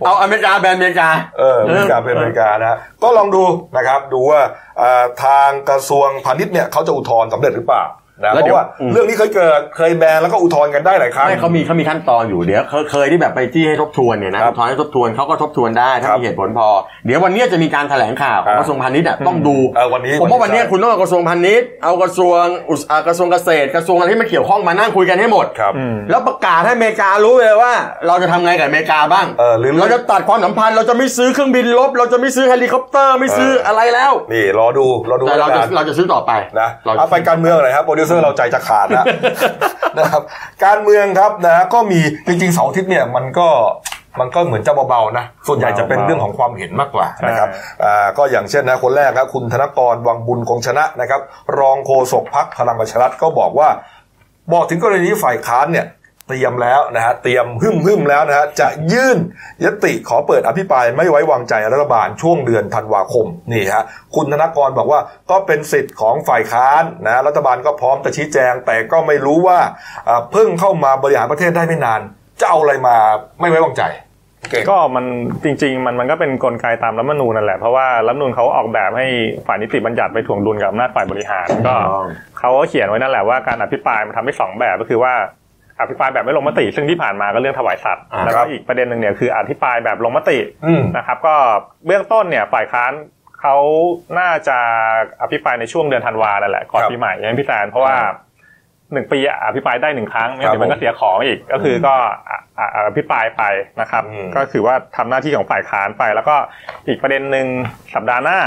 [SPEAKER 2] ของอ
[SPEAKER 1] เออ
[SPEAKER 2] เมริกาเอาอเมริกาแบรนด์อเมริกา
[SPEAKER 1] เอออเมริกาเป็นอเมริกานะฮะก็ลองดูนะครับดูว่าเอ่อทางกระทรวงพาณิชย์เนี่ยเขาจะอุทธรณ์สำเร็จหรือเปล่านะ
[SPEAKER 2] แล้ว
[SPEAKER 1] เพ
[SPEAKER 2] เดี๋ยว
[SPEAKER 1] ราะว่าเรื่องนี้เคยเกิดเคยแบนแล้วก็อุทธรณ์กันได้หลายครั้ง
[SPEAKER 2] ไม่เขามีเขามีขั้นตอนอยู่เดี๋ยวเคยเคยที่แบบไปจี้ให้ทบทวนเนี่ยนะครับอุทธรณ์ให้ทบทวนเขาก็ทบทวนได้ถ้า
[SPEAKER 1] ครับ
[SPEAKER 2] มีเหตุผลพอ เดี๋ยววันเนี้ยจะมีการแถลงข่าวของ
[SPEAKER 1] อ่าก
[SPEAKER 2] ระทรวงพาณิชย์อะต้องดู
[SPEAKER 1] เออวันนี้
[SPEAKER 2] ผมว่าวันเนี้ย
[SPEAKER 1] วันนี้
[SPEAKER 2] คุณต้องเอากระทรวงพาณิชย์เอากระทรวงอุตสาหกระทรวงเกษตรกระทรวงอะไรที่มันเกี่ยวข้องมานั่งคุยกันให้หมด
[SPEAKER 1] ครับอืม
[SPEAKER 2] แล้วประกาศให้อเมริการู้เลยว่า เราจะทำไงกับอเมริกาบ้าง
[SPEAKER 1] เออหรือ
[SPEAKER 2] เราจะตัดความสัมพันธ์เราจะไม่ซื้อเครื่องบินรบเราจะไม่ซื้อเฮลิคอปเตอร์ไม่ซื้ออะไรแล้ว
[SPEAKER 1] นี่รอดูรอดู
[SPEAKER 2] แต่เราจะ
[SPEAKER 1] แล้วกัน
[SPEAKER 2] เราจะซื้อต่อไป
[SPEAKER 1] นะ
[SPEAKER 2] เรา
[SPEAKER 1] เอาไปการเมืองหน่อยครับโปรดิวเซอร์เราใจจะขาด นะ นะครับการเมืองครับนะก็มีจริงๆเสาร์อาทิตย์เนี่ยมันก็มันก็เหมือนจะเบาๆนะส่วนใหญ่จะเป็น
[SPEAKER 3] เบาๆ
[SPEAKER 1] เรื่องของความเห็นมากกว่า
[SPEAKER 3] ใช่
[SPEAKER 1] นะครับอ่าก็อย่างเช่นนะคนแรกครับคุณธนกรวังบุญคงชนะนะครับ รองโฆษกพักพลังประชารัฐก็บอกว่า บอกถึงกรณีที่ฝ่ายค้านเนี่ยเตรียมแล้วนะฮะเตรียมหึ่มหึ่มๆแล้วนะฮะจะยื่นยติขอเปิดอภิปรายไม่ไว้วางใจรัฐบาลช่วงเดือนธันวาคมนี่ฮะคุณธนกรบอกว่าก็เป็นสิทธิ์ของฝ่ายค้านนะฮะรัฐบาลก็พร้อมจะชี้แจง แต่ก็ไม่รู้ว่าอ่าเพิ่งเข้ามาบริหารประเทศได้ไม่นาน จะเอาอะไรมาไม่ไว้วางใจเก่ง
[SPEAKER 3] ก็มันจริง ๆ มันมันก็เป็นกลไกตามรัฐธรรมนูญนั่นแหละเพราะว่ารัฐธรรมนูญเขาออกแบบให้ฝ่ายนิติบัญญัติไปถ่วงดุลกับอำนาจฝ่ายบริหารก็เขาก็เขียนไว้นั่นแหละว่าการอภิปรายมันทำให้สองแบบก็คือว่าอภิปรายแบบไม่ลงมติ ซึ่งที่ผ่านมาก็เรื่องถวายสัตว์
[SPEAKER 2] อ่า
[SPEAKER 3] แล้ว
[SPEAKER 1] ครั
[SPEAKER 3] ก็
[SPEAKER 1] บ
[SPEAKER 3] อีกประเด็นหนึ่งเนี่ยคืออภิปรายแบบลงมติ
[SPEAKER 1] อืม
[SPEAKER 3] นะครับ ก็เบื้องต้นเนี่ยฝ่ายค้านเขาน่าจะอภิปรายในช่วงเดือนธันวานั่นแหละก่อน
[SPEAKER 1] ครับ
[SPEAKER 3] ปีใหม่อย่างที่พี่แตนเพราะว่าหนึ่งปีอภิปรายได้หนึ่งครั้งไม่
[SPEAKER 1] ค
[SPEAKER 3] งั้น
[SPEAKER 1] รับ
[SPEAKER 3] เดี๋ยวมันก็เสียของอีกก็คือก็อ่ะอ่ะอภิปรายไปนะครับ
[SPEAKER 1] อืม
[SPEAKER 3] ก็ ก็คือว่าทำหน้าที่ของฝ่ายค้านไป แล้วก็อีกประเด็นหนึ่งสัปดาห์หน้า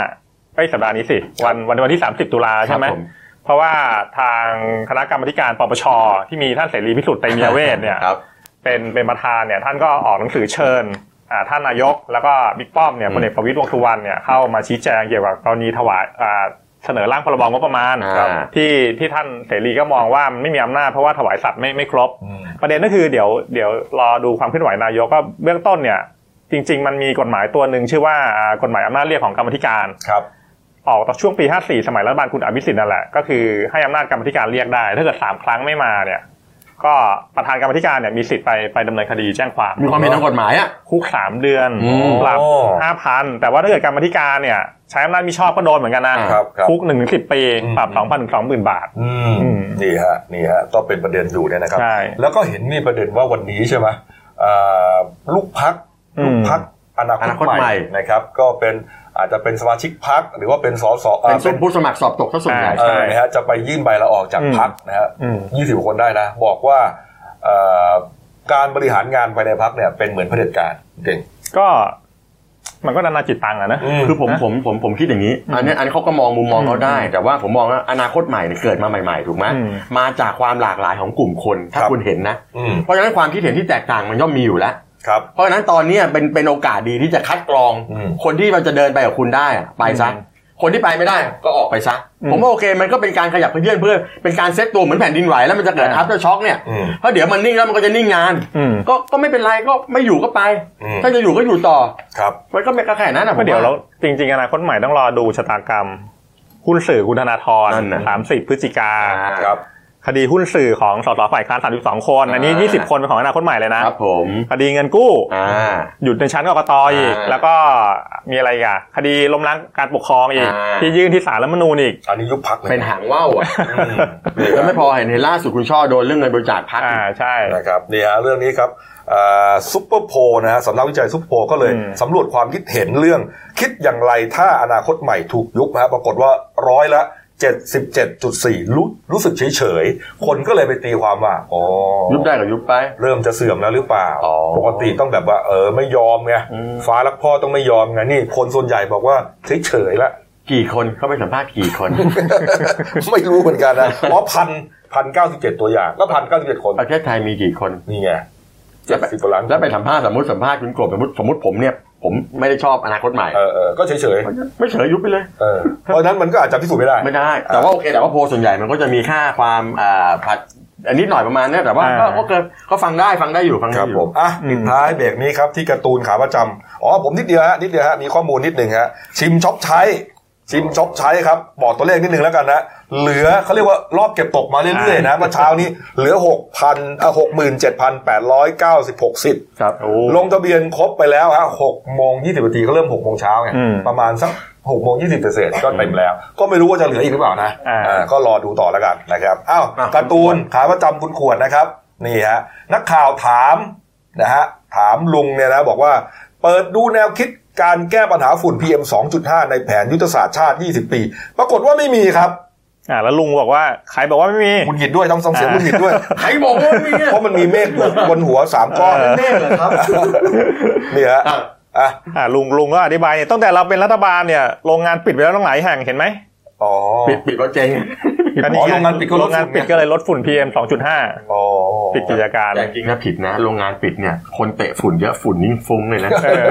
[SPEAKER 3] ไอ้ยสัปดาห์นี้สิ วันวันวันที่ 30 ตุลาใช่ไหม
[SPEAKER 2] ครับผม
[SPEAKER 3] เพราะว่าทางคณะกรรมาธิการปปชที่มีท่านเสรีพิสุทธิ์เตมียเวทเนี่ย
[SPEAKER 4] ครับ
[SPEAKER 3] เป็นเป็นประธานเนี่ยท่านก็ออกหนังสือเชิญอ่าท่านนายก แล้วก็บิ๊กป้อมเนี่ย
[SPEAKER 4] อืม
[SPEAKER 3] พลเอกประวิตรวงษ์สุวรรณเนี่ยเข้ามาชี้แจงเกี่ยวกับกรณีถวายอ่าเสนอร่างพรบงบประมาณ
[SPEAKER 4] อ่า
[SPEAKER 3] ครับที่ที่ท่านเสรีก็มองว่ามันไม่มีอำนาจเพราะว่าถวายสัตว์ไม่ไม่ครบ
[SPEAKER 1] อืม
[SPEAKER 3] ประเด็นก็คือเดี๋ยวเดี๋ยวรอดูความเคลื่อนไหวนายกก็เบื้องต้นเนี่ยจริง ๆ มันมีกฎหมายตัวหนึ่งชื่อว่าอ่ากฎหมายอำนาจเรียกของกรรมาธิการ
[SPEAKER 1] ครับ
[SPEAKER 3] ออกตอนช่วงปี 54 สมัยรัฐบาลคุณอภิสิทธิ์นั่นแหละ ก็คือให้อำนาจกรรมธิการเรียกได้ ถ้าเกิด 3 ครั้งไม่มาเนี่ย ก็ประธานกรรมธิการเนี่ยมีสิทธิ์ไปไปดำเนินคดีแจ้งความ
[SPEAKER 4] มีความเห็นทางกฎหมายอ่ะ
[SPEAKER 3] คุก 3 เดือน
[SPEAKER 4] อืม
[SPEAKER 3] ปรับ
[SPEAKER 1] โอ้
[SPEAKER 3] 5,000 แต่ว่าถ้าเกิดกรรมธิการเนี่ย ใช้อำนาจมิชอบก็โดนเหมือนกันนะครับ
[SPEAKER 1] ครับ
[SPEAKER 3] คุก1นถึงสิปี ปรับ 2 0 0 0ถึง20,000 บาท
[SPEAKER 1] อืม
[SPEAKER 3] อืม
[SPEAKER 1] นี่ฮะนี่ฮะก็เป็นประเด็นอยู่เนี่ยนะครับ
[SPEAKER 3] ใช่
[SPEAKER 1] แล้วก็เห็นมีประเด็นว่าวันนี้ใช่ไหมอ่าลูกพัก
[SPEAKER 3] อืม
[SPEAKER 1] ลูกพักอนาค
[SPEAKER 4] อ
[SPEAKER 1] ต
[SPEAKER 4] นาคตใหม่
[SPEAKER 1] ใหม่นะครับ ก็เป็นอาจจะเป็นสมาชิกพักหรือว่าเป็นสสอ่า
[SPEAKER 4] เป็น
[SPEAKER 1] เป็น
[SPEAKER 4] ผู้สมัครสอบตกซะส่วนใหญ่
[SPEAKER 3] อ่า
[SPEAKER 1] เออนะฮะจะไปยื่นใบลาออกจาก
[SPEAKER 3] อืม
[SPEAKER 1] พักนะฮะ
[SPEAKER 3] อืม
[SPEAKER 1] ยี่สิบคนได้นะ บอกว่าเอ่อการบริหารงานภายในพักเนี่ยเป็นเหมือนเผด็จการเก่ง
[SPEAKER 3] ก็มันก็นานาจิตตังค์อะนะ
[SPEAKER 2] คือผมผมผมผมคิดอย่างนี้ อันนี้อันนี้เขาก็มองมุมมอง
[SPEAKER 3] อืม
[SPEAKER 2] เขาได้ แต่ว่าผมมองว่าอนาคตใหม่เนี่ยเกิดมาใหม่ๆถูกไหม
[SPEAKER 3] อืม
[SPEAKER 2] มาจากความหลากหลายของกลุ่มคน ถ้าคุณเห็นนะ
[SPEAKER 1] อืม
[SPEAKER 2] เพราะฉะนั้นความคิดเห็นที่แตกต่างมันย่อมมีอยู่แล้ว
[SPEAKER 1] ครับ
[SPEAKER 2] เพราะฉะนั้นตอนเนี้ยเป็นเป็นโอกาสดีที่จะคัดกรอง
[SPEAKER 1] อืม
[SPEAKER 2] คนที่มันจะเดินไปกับคุณได้อะไปซะ
[SPEAKER 3] อืม
[SPEAKER 2] คนที่ไปไม่ได้ก็ออกไปซะ
[SPEAKER 3] อืม
[SPEAKER 2] ผมว่าโอเคมันก็เป็นการขยับเพื่อนเพื่อเป็นการเซตตัวเหมือนแผ่นดินไหวแล้วมันจะเกิด
[SPEAKER 3] อ่า
[SPEAKER 2] อัพเดอช็อคเนี่ย
[SPEAKER 1] อืม
[SPEAKER 2] เพราะเดี๋ยวมันนิ่งแล้วมันก็จะนิ่งงาน
[SPEAKER 3] อืม
[SPEAKER 2] ก็ก็ไม่เป็นไรก็ไม่อยู่ก็ไป
[SPEAKER 1] อืม
[SPEAKER 2] ถ้าจะอยู่ก็อยู่ต่อ
[SPEAKER 1] ครับ
[SPEAKER 2] มันก็ไม่ก็แค่นั้นนะผม
[SPEAKER 3] ก็เดี๋ยวเราจริง ๆ อนาคตใหม่ต้องรอดูชะตากรรมหุ้นสื่อคุณธนาธร
[SPEAKER 2] นั่นน่ะ
[SPEAKER 3] สามสิบพฤศจิกา
[SPEAKER 1] ครับ
[SPEAKER 3] คดีหุ้นสื่อของสสฝ่ายค้าน 32 คน อันนี้
[SPEAKER 2] อ่า
[SPEAKER 3] 20 คนเป็นของอนาคตใหม่เลยนะ
[SPEAKER 2] ครับผม
[SPEAKER 3] คดีเงินกู้
[SPEAKER 2] อ่า
[SPEAKER 3] หยุดในชั้นกกตอีก
[SPEAKER 2] อ่า
[SPEAKER 3] แล้วก็มีอะไรอีกอ่ะ คดีล้มล้างการปกครองอีก
[SPEAKER 2] อ่า
[SPEAKER 3] ที่ยื่นที่ศาลรัฐธรรมนูญอีก
[SPEAKER 1] อันนี้ยุบพัก
[SPEAKER 2] เป็นหางว่าวอ่ะแล้วไม่พอเห็นเห็นล่าสุดคุณช่อโดนเรื่องเงินบริจาคพัก
[SPEAKER 3] อ่าใช่
[SPEAKER 1] นะครับนี่ฮะเรื่องนี้ครับอ่าซุปเปอร์โพลนะฮะสำนักวิจัยซุปเปอร์โพลก็เลย
[SPEAKER 3] อืม
[SPEAKER 1] สำรวจความคิดเห็นเรื่อง คิดอย่างไรถ้าอนาคตใหม่ถูกยุบนะฮะปรากฏว่าร้อยละ 77.4 รู้รู้สึกเฉยเฉยๆคนก็เลยไปตีความว่าอ๋อ
[SPEAKER 2] ยุบได้กับยุบไป
[SPEAKER 1] เริ่มจะเสื่อมแล้วหรือเปล่า
[SPEAKER 2] อ๋อ
[SPEAKER 1] ปกติต้องแบบว่า เออไม่ยอมไง
[SPEAKER 2] อืม
[SPEAKER 1] ฟ้ารักพ่อต้องไม่ยอมไงนี่คนส่วนใหญ่บอกว่าเฉยๆละ
[SPEAKER 2] กี่คนเข้าไปสัมภาษณ์กี่คน
[SPEAKER 1] ไม่รู้เหมือนกันนะเพราะพันพันเก้าสิบเจ็ดตัวอย่างก็พันเก้าสิบเจ็ดคน
[SPEAKER 2] ประเทศไทยมีกี่คน
[SPEAKER 1] นี่ไง
[SPEAKER 2] แล้
[SPEAKER 1] เจ็ด
[SPEAKER 2] วไป
[SPEAKER 1] สิบกว่าล้าน
[SPEAKER 2] แล้วไปสัมภาษณ์สมมติสัมภาษณ์คุณกบสมมติสมมติผมเนี่ยผมไม่ได้ชอบอนาคตใหม่
[SPEAKER 1] เออเออก็เฉย
[SPEAKER 2] ไม่เฉยยุบไปเลย
[SPEAKER 1] ๆเออเพราะฉะนั้นมันก็อาจจะพิสูจน์ไม่ได้
[SPEAKER 2] ไม่ได้ แต่ว่าโอเค แต่ว่าโพลส่วนใหญ่มันก็จะมีค่าความอ่าผัดอันนิดหน่อยประมาณเนี้ยแต่ว่าก็
[SPEAKER 3] อ่า
[SPEAKER 2] ก็เกินก็ฟังได้ฟังได้อยู่ฟัง
[SPEAKER 1] ค
[SPEAKER 2] ได้
[SPEAKER 1] รับ
[SPEAKER 2] อ
[SPEAKER 1] ผ
[SPEAKER 2] ยู่
[SPEAKER 1] มอ่ะปิดท้ายเบรกนี้ครับที่การ์ตูนขาประจำอ๋อผมนิดเดียวฮะนิดเดียวฮะมีข้อมูลนิดหนึ่งฮะชิมช็อปใช้ ชิมช็อปใช้ครับ บอกตัวเลขนิดหนึ่งแล้วกันนะเหลือเขาเรียกว่ารอบเก็บตกมาเรื่อยๆนะเมื่อเช้านี้เหลือ 6 0 0 0อ่ะ67,896สิทธิ์
[SPEAKER 2] ครับโอ้
[SPEAKER 1] ลงทะเบียนครบไปแล้วฮะ6โมง20นาทีก็เริ่ม6โมงเช้าไง
[SPEAKER 3] อืม
[SPEAKER 1] ประมาณสัก6โมง20เศษๆก็เต็มแล้ว ก็ไม่รู้ว่าจะเหลืออีกหรือเปล่านะ
[SPEAKER 3] อ่า
[SPEAKER 1] อ่าก็รอดูต่อแล้วกันนะครับอ้าวการ์ตูนขาประจำคุณขวดนะครับนี่ฮะนักข่าวถาม นะฮะถามลุงเนี่ยนะบอกว่าเปิดดูแนวคิดการแก้ปัญหาฝุ่น PM 2.5 ในแผนยุทธศาสตร์ชาติ 20 ปี ปรากฏว่าไม่มีครับ
[SPEAKER 3] อ่าแล้วลุงบอกว่าใครบอกว่าไม่มี
[SPEAKER 1] คุณหงิดด้วยทำสองเสียงคุณหงิดด้วย
[SPEAKER 2] ใครบอกว่ามีเนี่ย
[SPEAKER 1] เพราะมันมีเมฆบนหัวสามก้อน
[SPEAKER 2] เน่เหรอครับ
[SPEAKER 1] นี่ฮะอ่ะ
[SPEAKER 3] อ่าลุงลุงก็อธิบายเนี่ยตั้งแต่เราเป็นรัฐบาลเนี่ยโรงงานปิดไปแล้วตั้งหลายแห่งเห็นไหม
[SPEAKER 1] อ๋อ
[SPEAKER 2] ปิดปิดก็เจ๊ง
[SPEAKER 1] อ๋อโรงงานปิดก็ลดฝุ่น
[SPEAKER 3] โรงงานปิดก็เลยลดฝุ่น PM 2.5
[SPEAKER 1] อ๋อ
[SPEAKER 3] ปิดกิจการ
[SPEAKER 2] แต่จริงนะผิดนะ โรงงานปิดเนี่ย คนเตะฝุ่นเยอะฝุ่นยิ่งฟุ้งเลยนะ
[SPEAKER 3] เออ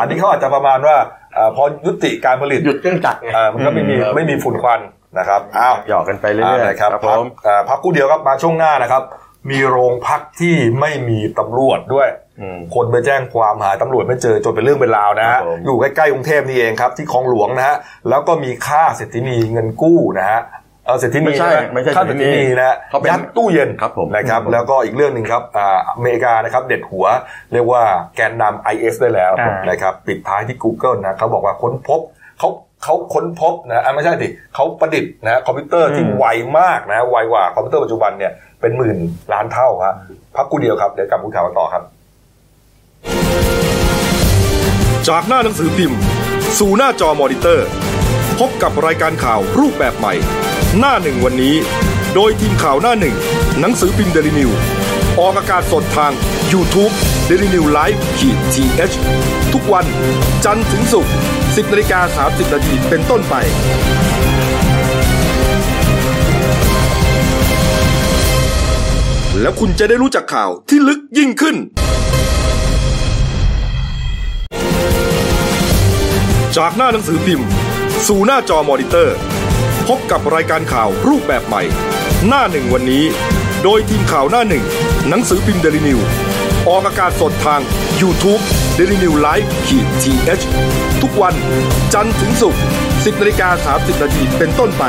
[SPEAKER 1] อันนี้เขาอาจจะประมาณว่าอ่าพอยุติการผลิต
[SPEAKER 2] หยุดเครื่องจักรไง
[SPEAKER 1] อ่ามันก็ไม่มีไม่มีฝุ่นควันนะครับอ้าว
[SPEAKER 2] หยอกกันไปเรื่อย
[SPEAKER 1] อ่า
[SPEAKER 2] ๆ
[SPEAKER 1] นะครับพัก
[SPEAKER 2] ผม
[SPEAKER 1] อ่าพักกูเดียวครับมาช่วงหน้านะครับ มีโรงพักที่ไม่มีตำรวจด้วย
[SPEAKER 2] อืม
[SPEAKER 1] คนไปแจ้งความหาตำรวจไม่เจอจนเป็นเรื่องเป็นราวนะ
[SPEAKER 2] ครั
[SPEAKER 1] ฮะ
[SPEAKER 2] บผม
[SPEAKER 1] อยู่ใกล้ๆกรุงเทพนี่เองครับที่คลองหลวงนะฮะแล้วก็มีค่าเศรษฐินีเงินกู้นะฮะเออเศรษฐินี
[SPEAKER 2] ไม่ใช่
[SPEAKER 1] นะ
[SPEAKER 2] ไม่ใช่
[SPEAKER 1] ค่าเศรษฐินีนะฮะ
[SPEAKER 2] เขาเป็น
[SPEAKER 1] ยัดตู้เย็น
[SPEAKER 2] ครับผม
[SPEAKER 1] นะครับ
[SPEAKER 2] ครับผม
[SPEAKER 1] แล้วก็อีกเรื่องหนึ่งครับอ่าอเมริกานะครับเด็ดหัวเรียกว่าแกนนำ IS ได้แล้ว
[SPEAKER 3] อ่าน
[SPEAKER 1] นะครับปิดท้ายที่ Google นะเขาบอกว่าค้นพบเขาเขาค้นพบนะอ่ะไม่ใช่สิเขาประดิษฐ์นะคอมพิวเตอร์ที่ไวมากนะไวกว่าคอมพิวเตอร์ปัจจุบันเนี่ยเป็นหมื่นล้านเท่าฮะพักกูเดียวครับเดี๋ยวกลับมาคุยข่าวกันต่อครับ
[SPEAKER 5] จากหน้าหนังสือพิมพ์ สู่หน้าจอมอนิเตอร์ พบกับรายการข่าวรูปแบบใหม่ หน้าหนึ่งวันนี้ โดยทีมข่าวหน้าหนึ่ง หนังสือพิมพ์เดลิวิวออกอากาศสดทาง y o u t u เด d ิวิวไลฟ์ขีดทีเทุกวันจันทร์ถึงศุกร์10นาฬิกา30นาทีเป็นต้นไป แล้วคุณจะได้รู้จักข่าวที่ลึกยิ่งขึ้น จากหน้าหนังสือพิมพ์ สู่หน้าจอมอนิเตอร์ พบกับรายการข่าวรูปแบบใหม่ หน้าหนึ่งวันนี้ โดยทีมข่าวหน้าหนึ่ง หนังสือพิมพ์เดลิวิวออกอากาศสดทาง y o u t u เดลิวิวไลฟ์ขีดทีเทุกวันจันทร์ถึงศุกร์10นาฬิกา30นาทีเป็นต้นไป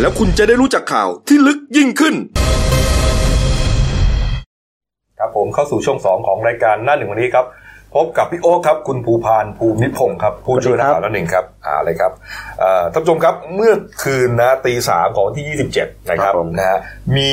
[SPEAKER 5] แล้วคุณจะได้รู้จักข่าวที่ลึกยิ่งขึ้น
[SPEAKER 1] ครับผมเข้าสู่ช่วงสองของรายการหน้าหนึ่งวันนี้ครับ พบกับพี่โอ๊คครับ คุณภูพานภูมิพงศ์ครับ ผู้ช่วยนักข่าวหน้าหนึ่งครับอ่าเลยครับเอ่อท่านผู้ชมครับเมื่อคืนนะตีสามของวันที่ 27 นะครับนะฮะมี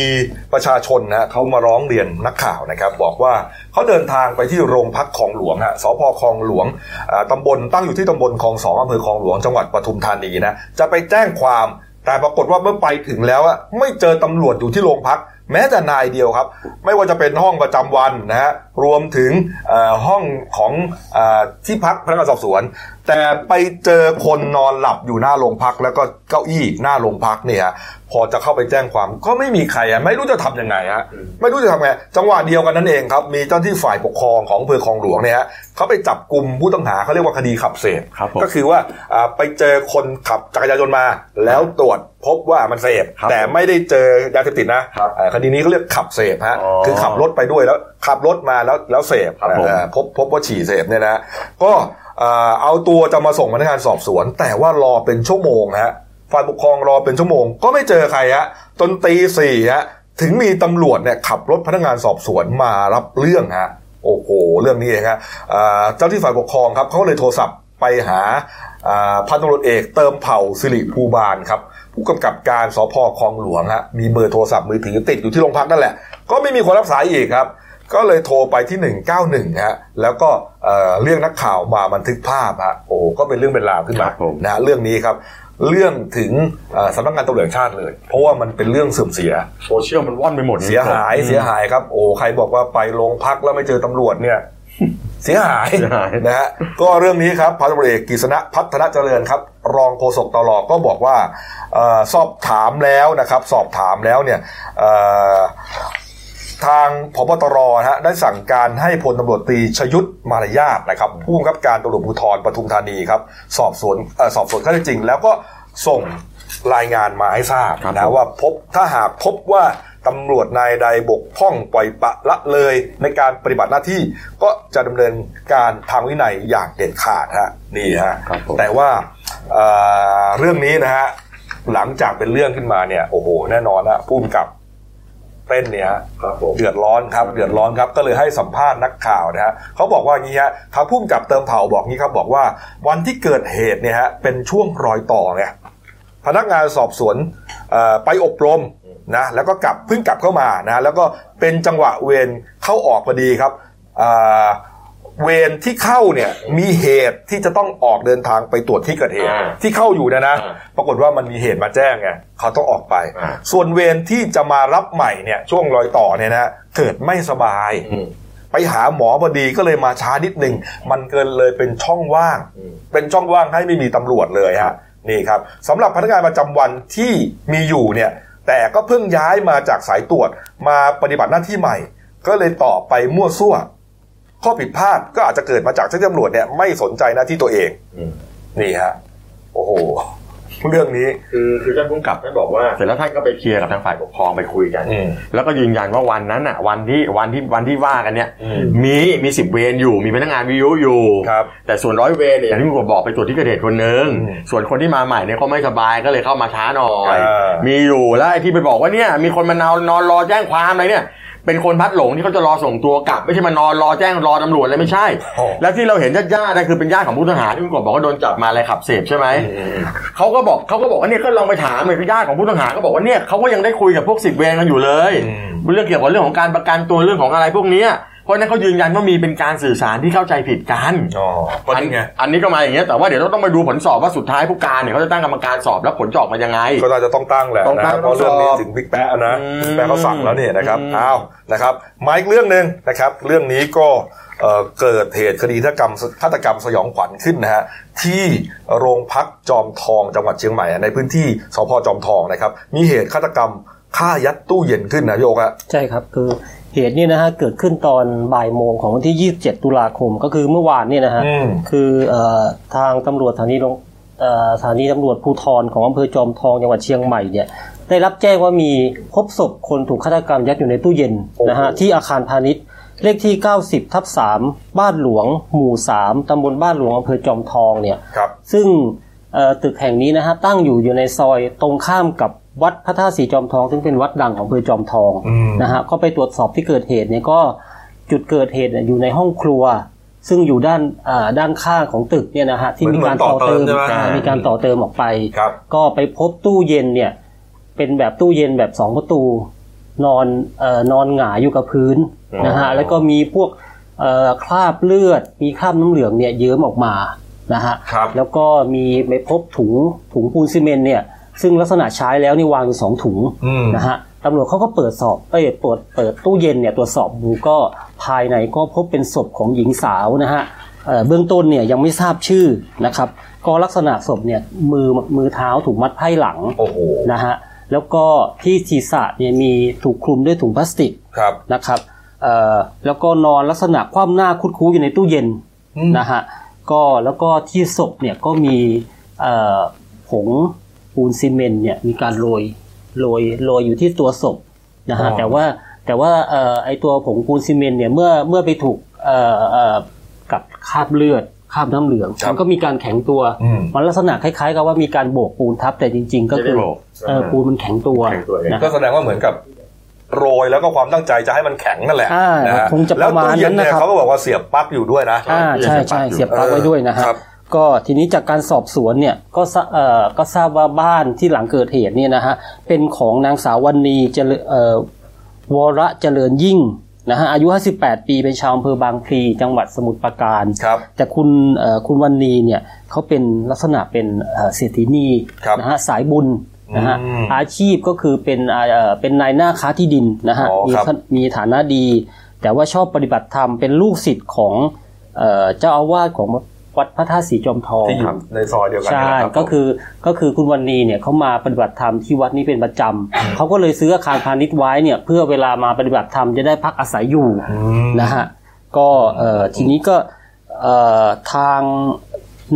[SPEAKER 1] ประชาชนนะฮะเขามาร้องเรียนนักข่าวนะครับ บอกว่าเขาเดินทางไปที่โรงพักคลองหลวงฮะสพคลองหลวงอ่าตำบลตั้งอยู่ที่ตำบลคลองสองอำเภอคลองหลวงจังหวัดปทุมธานีนะจะไปแจ้งความ แต่ปรากฏว่าเมื่อไปถึงแล้วอะไม่เจอตำรวจอยู่ที่โรงพัก แม้แต่นายเดียวครับ ไม่ว่าจะเป็นห้องประจำวันนะฮะรวมถึงเอ่อห้องของเออที่พักพนักงานสอบสวน แต่ไปเจอคนนอนหลับอยู่หน้าโรงพัก แล้วก็เก้าอี้หน้าโรงพักเนี่ยฮะพอจะเข้าไปแจ้งความก็ไม่มีใครอะไม่รู้จะทำยังไงฮะไม่รู้จะทำไงจังหวะเดียวกันนั่นเองครับ มีเจ้าหน้าที่ฝ่ายปกครองของอำเภอคลองหลวงเนี่ยฮะเขาไปจับกลุ่มผู้ต้องหาเขาเรียกว่าคดีขับเสพ
[SPEAKER 2] ครับผม
[SPEAKER 1] ก็คือว่าอ่าไปเจอคนขับจักรยานยนต์มา แล้วตรวจพบว่ามันเสพ
[SPEAKER 2] ครับ
[SPEAKER 1] แต่ไม่ได้เจอยาเสพติดนะครับ อ่าคดีนี้เขาเรียกขับเสพฮะ
[SPEAKER 2] อ๋อ
[SPEAKER 1] คือขับรถไปด้วยแล้วขับรถมาแล้วแล้วเสพ
[SPEAKER 2] ครับผม
[SPEAKER 1] อ่าพบพบว่าฉี่เสพเนี่ยนะก็อ่าเอาตัวจะมาส่งพนักงานสอบสวน แต่ว่ารอเป็นชั่วโมงฮะฝ่ายปกครองรอเป็นชั่วโมง ก็ไม่เจอใครฮะจนตีสี่ฮะถึงมีตำรวจเนี่ยขับรถพนักงานสอบสวนมารับเรื่องฮะ โอ้โห เรื่องนี้เองฮะอ่าเจ้าที่ฝ่ายปกครองครับเขาก็เลยโทรศัพท์ไปหาอ่าพันตำรวจเอกเติมเผ่าสิริภูบาลครับ ผู้กำกับการสพคลองหลวงฮะมีเบอร์โทรศัพท์มือถือติดอยู่ที่โรงพักนั่นแหละ ก็ไม่มีคนรับสายอีกครับ ก็เลยโทรไปที่ 191ฮะแล้วก็เอ่อเรียกนักข่าวมาบันทึกภาพฮะโอ้โหก็เป็นเรื่องเป็นราวขึ้นมา
[SPEAKER 2] ครับผม
[SPEAKER 1] นะฮะเรื่องนี้ครับ เรื่องถึงเอ่อสำนักงานตำรวจแห่งชาติเลย เพราะว่ามันเป็นเรื่องเสื่อมเสีย
[SPEAKER 2] โซเชียลมันว่อนไปหมด
[SPEAKER 1] เสียหายเสียหายครับ โอ้ใครบอกว่าไปโรงพักแล้วไม่เจอตำรวจเนี่ย เสียหาย
[SPEAKER 2] เสียหาย
[SPEAKER 1] นะฮะก็เรื่องนี้ครับพันตำรวจเอกกฤษณะพัฒนาเจริญครับ รองโฆษกตลอก็บอกว่าเออสอบถามแล้วนะครับ สอบถามแล้วเนี่ยเอ่อทางพบตรนะฮะได้สั่งการให้พลตำรวจตรีชยุทธมารยาทนะครับ ผู้กำกับการตำรวจภูธรปทุมธานีครับ สอบสวนเอ่อสอบสวนข้อเท็จจริง แล้วก็ส่งรายงานมาให้ทราบ
[SPEAKER 4] ครับ
[SPEAKER 1] นะ
[SPEAKER 4] ผม
[SPEAKER 1] ว่า ว่าพบถ้าหากพบว่าตำรวจนายใดบกพร่องปล่อยปละละเลย ในการปฏิบัติหน้าที่ก็จะดำเนินการทางวินัยอย่างเด็ดขาดฮะนี่ฮะ
[SPEAKER 4] ครับผม
[SPEAKER 1] แต่ว่าเอ่อเรื่องนี้นะฮะหลังจากเป็นเรื่องขึ้นมาเนี่ยโอ้โหแน่นอนนะพุ่มกับเต้นเนี่ยฮะ เดือดร้อนครับเดือดร้อนครับก็เลยให้สัมภาษณ์นักข่าวนะฮะเขาบอกว่างี้ฮะทางผู้กำกับเติมเผ่าบอกงี้ครับบอกว่าวันที่เกิดเหตุเนี่ยฮะเป็นช่วงรอยต่อไงพนักงานสอบสวนเอ่อไปอบรมนะแล้วก็กลับเพิ่งกลับเข้ามานะแล้วก็เป็นจังหวะเวรเข้าออกพอดีครับอ่าเวรที่เข้าเนี่ยมีเหตุที่จะต้องออกเดินทางไปตรวจที่เกิดเหตุ
[SPEAKER 4] อ่า
[SPEAKER 1] ที่เข้าอยู่เนะนะ ปรากฏว่ามันมีเหตุมาแจ้งไงเขาต้องออกไป
[SPEAKER 4] อ่า
[SPEAKER 1] ส่วนเวรที่จะมารับใหม่เนี่ยช่วงรอยต่อเนี่ยนะเกิดไม่สบาย ไปหาหมอพอดีก็เลยมาช้านิดหนึ่งมันเกินเลยเป็นช่องว่าง เป็นช่องว่างให้ไม่มีตำรวจเลยฮะนี่ครับสำหรับพนักงานประจำวันที่มีอยู่เนี่ยแต่ก็เพิ่งย้ายมาจากสายตรวจมาปฏิบัติหน้าที่ใหม่ ก็เลยต่อไปมั่วซั่ว ข้อผิดพลาดก็อาจจะเกิดมาจากเจ้าหน้าที่ตำรวจเนี่ยไม่สนใจหน้าที่ตัวเองนี่ฮะโอ้โหเรื่องนี้
[SPEAKER 4] คือคือท่านผู้กำกับท่านบอกว่า เสร็จแล้วท่านก็ไปเคลียร์กับทางฝ่ายปกครองไปคุยกัน แล้วก็ยืนยันว่าวันนั้นอ่ะวันที่วันที่วันที่ว่ากันเนี่ย
[SPEAKER 1] อืม
[SPEAKER 4] มีมีสิบเวรอยู่มีพนักงานวิวอยู่
[SPEAKER 1] ครับ
[SPEAKER 4] แต่ส่วนร้อยเวรเนี่ยอย่างที่ผมบอกไปตรวจที่เกิดเหตุคนหนึ่ง
[SPEAKER 1] อืม
[SPEAKER 4] ส่วนคนที่มาใหม่เนี่ยก็ไม่สบายก็เลยเข้ามาช้าหน่อย
[SPEAKER 1] อ่ามี
[SPEAKER 4] มีอยู่แล้วไอ้ที่ไปบอกว่าเนี่ยมีคนมานอนนอนรอแจ้งความอะไรเนี่ย เป็นคนพัดหลงที่เขาจะรอส่งตัวกลับ ไม่ใช่มานอนรอแจ้งรอตำรวจอะไรไม่ใช่
[SPEAKER 1] โอ้
[SPEAKER 4] แล้วที่เราเห็นญาติญาติๆนะคือเป็นญาติของผู้ต้องหาที่คุณกบบอกว่าโดนจับมาอะไรขับเสพใช่ไหม เขาก็บอกเขาก็บอกว่าเนี่ยก็ลองไปถามเลยญาติของผู้ต้องหาก็บอกว่าเนี่ยเขาก็ยังได้คุยกับพวกสิบเวรกันอยู่เลย
[SPEAKER 1] อืม
[SPEAKER 4] เรื่องเกี่ยวกับเรื่องของการประกันตัวเรื่องของอะไรพวกเนี้ยเพราะฉะนั้นเขายืนยันว่ามีเป็นการสื่อสารที่เข้าใจผิดกัน
[SPEAKER 1] อ๋อก็
[SPEAKER 4] อั
[SPEAKER 1] นี่ไง
[SPEAKER 4] อันนี้ก็มาอย่างเงี้ยแต่ว่าเดี๋ยวเราต้องไปดูผลสอบว่าสุดท้ายผู้การเนี่ยเขาจะตั้งกรรมการสอบแล้วผลจะออกมายังไง
[SPEAKER 1] ก็น่าจะต้องตั้งแหละ
[SPEAKER 4] ต้องตั้
[SPEAKER 1] นะ
[SPEAKER 4] ง
[SPEAKER 1] เพราะเรื่องนี้
[SPEAKER 4] ต้องสอบ
[SPEAKER 1] ถึงบิ๊กแปะนะ
[SPEAKER 4] อืม
[SPEAKER 1] บิ๊กแปะเขาสั่งแล้วเนี่ยนะครับ
[SPEAKER 4] อืม
[SPEAKER 1] อ้าวนะครับมาอีกเรื่องหนึ่งนะครับ เรื่องนี้ก็ เอ่อเกิดเหตุคดีฆาตกรรมฆาตกรรมสยองขวัญขึ้นนะฮะที่โรงพักจอมทองจังหวัดเชียงใหม่ ในพื้นที่สพจอมทองนะครับ มีเหตุฆาตกรรมฆ่ายัดตู้เย็นขึ้นนะโยกอะ
[SPEAKER 6] ใช่ครับคือเหตุเนี่ยนะฮะเกิดขึ้นตอนบ่ายโมงของวันที่ 27 ตุลาคมก็คือเมื่อวานเนี่ยนะฮะ
[SPEAKER 1] อืม
[SPEAKER 6] คือเอ่อทางตำรวจสถานีลงเอ่อสถานีตำรวจภูธรของอำเภอจอมทองจังหวัดเชียงใหม่เนี่ยได้รับแจ้งว่ามีพบศพคนถูกฆาตกรรมยัดอยู่ในตู้เย็นนะฮะที่อาคารพาณิชย์เลขที่ 90ทับ3บ้านหลวง หมู่ 3ตำบลบ้านหลวงอำเภอจอมทองเนี่ย
[SPEAKER 1] ครับ
[SPEAKER 6] ซึ่งเอ่อตึกแห่งนี้นะฮะตั้งอยู่อยู่ในซอยตรงข้ามกับวัดพระธาตุสีจอมทอง ซึ่งเป็นวัดดังของอำเภอจอมทอง
[SPEAKER 1] อืม
[SPEAKER 6] นะฮะก็ไปตรวจสอบที่เกิดเหตุเนี่ยก็จุดเกิดเหตุเนี่ยอยู่ในห้องครัว ซึ่งอยู่ด้านอ่าด้านข้างของตึกเนี่ยนะฮะที่มีการต่อเติมอ่ามีการต่อเติมออกไป
[SPEAKER 1] ครับ
[SPEAKER 6] ก็ไปพบตู้เย็นเนี่ยเป็นแบบตู้เย็นแบบสองประตู นอนเอ่อนอนหงายอยู่กับพื้นนะฮะแล้วก็มีพวกเอ่อคราบเลือด มีคราบน้ำเหลืองเนี่ยเยิ้มออกมานะฮะ
[SPEAKER 1] ครับ
[SPEAKER 6] แล้วก็มีไปพบถุงถุงปูนซีเมนต์เนี่ยซึ่งลักษณะใช้แล้วเนี่ยวางอยู่สองถุง
[SPEAKER 1] อืม
[SPEAKER 6] นะฮะตำรวจเขาก็เปิดสอบเอ้ยเปิดเปิดตู้เย็นเนี่ยตรวจสอบดูก็ภายในก็พบเป็นศพของหญิงสาวนะฮะเอ่อเบื้องต้นเนี่ยยังไม่ทราบชื่อนะครับก็ลักษณะศพเนี่ยมือมือเท้าถูกมัดไพ่หลัง
[SPEAKER 1] โอ้โห
[SPEAKER 6] นะฮะแล้วก็ที่ศีรษะเนี่ยมีถูกคลุมด้วยถุงพลาสติก
[SPEAKER 1] ครับ
[SPEAKER 6] นะครับเอ่อแล้วก็นอนลักษณะคว่ำหน้าคุดคู้อยู่ในตู้เย็น
[SPEAKER 1] อืม
[SPEAKER 6] นะฮะก็แล้วก็ที่ศพเนี่ยก็มีเอ่อผงปูนซีเมนต์เนี่ยมีการโรยโรยโรยอยู่ที่ตัวศพนะฮะ
[SPEAKER 1] อ๋อ
[SPEAKER 6] แต่ว่าแต่ว่าเอ่อไอตัวผงปูนซีเมนต์เนี่ยเมื่อเมื่อไปถูกเอ่อเอ่อกับคราบเลือดคราบน้ำเหลืองมันก็มีการแข็งตัว
[SPEAKER 1] อืม
[SPEAKER 6] มันลักษณะคล้ายๆกับว่ามีการโบกปูนทับแต่จริง ๆ ก็คือ
[SPEAKER 4] ไม่ได้โบก
[SPEAKER 6] เออปูนมันแข็งตัว
[SPEAKER 4] แข็งตัวเอง
[SPEAKER 6] นะ
[SPEAKER 1] ก็แสดงว่าเหมือนกับโรยแล้วก็ความตั้งใจจะให้มันแข็งนั่นแหละ
[SPEAKER 6] อ่าน
[SPEAKER 1] นะฮะ
[SPEAKER 6] คงจะประ
[SPEAKER 1] แล้ว
[SPEAKER 6] มาณ
[SPEAKER 1] ตู้เย็น
[SPEAKER 6] นั้นนะ
[SPEAKER 1] เนี่ย
[SPEAKER 6] ครับ
[SPEAKER 1] เขาก็บอกว่าเสียบปลั๊กอยู่ด้วยนะ
[SPEAKER 6] อ่าใช่ใช่เสียบปลั๊กไว้ด้วยนะฮะ
[SPEAKER 1] ครับ
[SPEAKER 6] ก็ทีนี้จากการสอบสวนเนี่ยก็ทราเอ่อก็ทราบว่าบ้านที่หลังเกิดเหตุเนี่ยนะฮะเป็นของนางสาววันนีเจริญเอ่อวระเจริญยิ่งนะฮะอายุ 58 ปีเป็นชาวอำเภอบางพลีจังหวัดสมุทรปราการ
[SPEAKER 1] ครับ
[SPEAKER 6] แต่คุณเอ่อคุณวันนีเนี่ยเขาเป็นลักษณะเป็นเอ่อเศรษฐินี
[SPEAKER 1] ครับ
[SPEAKER 6] นะฮะสายบุญนะฮะ
[SPEAKER 1] อืม
[SPEAKER 6] อาชีพก็คือเป็นอ่าเอ่อเป็นนายหน้าค้าที่ดินนะฮะ
[SPEAKER 1] อ๋อ
[SPEAKER 6] มี
[SPEAKER 1] ครับ
[SPEAKER 6] ขมีฐานะดี แต่ว่าชอบปฏิบัติธรรมเป็นลูกศิษย์ของเอ่อเจ้าอาวาสของวัดพระธาตุสีจอมทอง
[SPEAKER 1] ที่อ
[SPEAKER 6] ค
[SPEAKER 1] ยู่
[SPEAKER 6] รับ
[SPEAKER 1] ในซอยเดียวกัน
[SPEAKER 6] ใช่
[SPEAKER 1] นี่แหละรับ
[SPEAKER 6] ก็คือก็คือคุณวันนีเนี่ยเขามาปฏิบัติธรรมที่วัดนี้เป็นประจำเขาก็เลยซื้ออาคารพาณิชย์ไว้เนี่ยเพื่อเวลามาปฏิบัติธรรมจะได้พักอาศัยอยู่
[SPEAKER 1] อืม
[SPEAKER 6] นะฮะก็เอ่อทีนี้ก็เอ่อทาง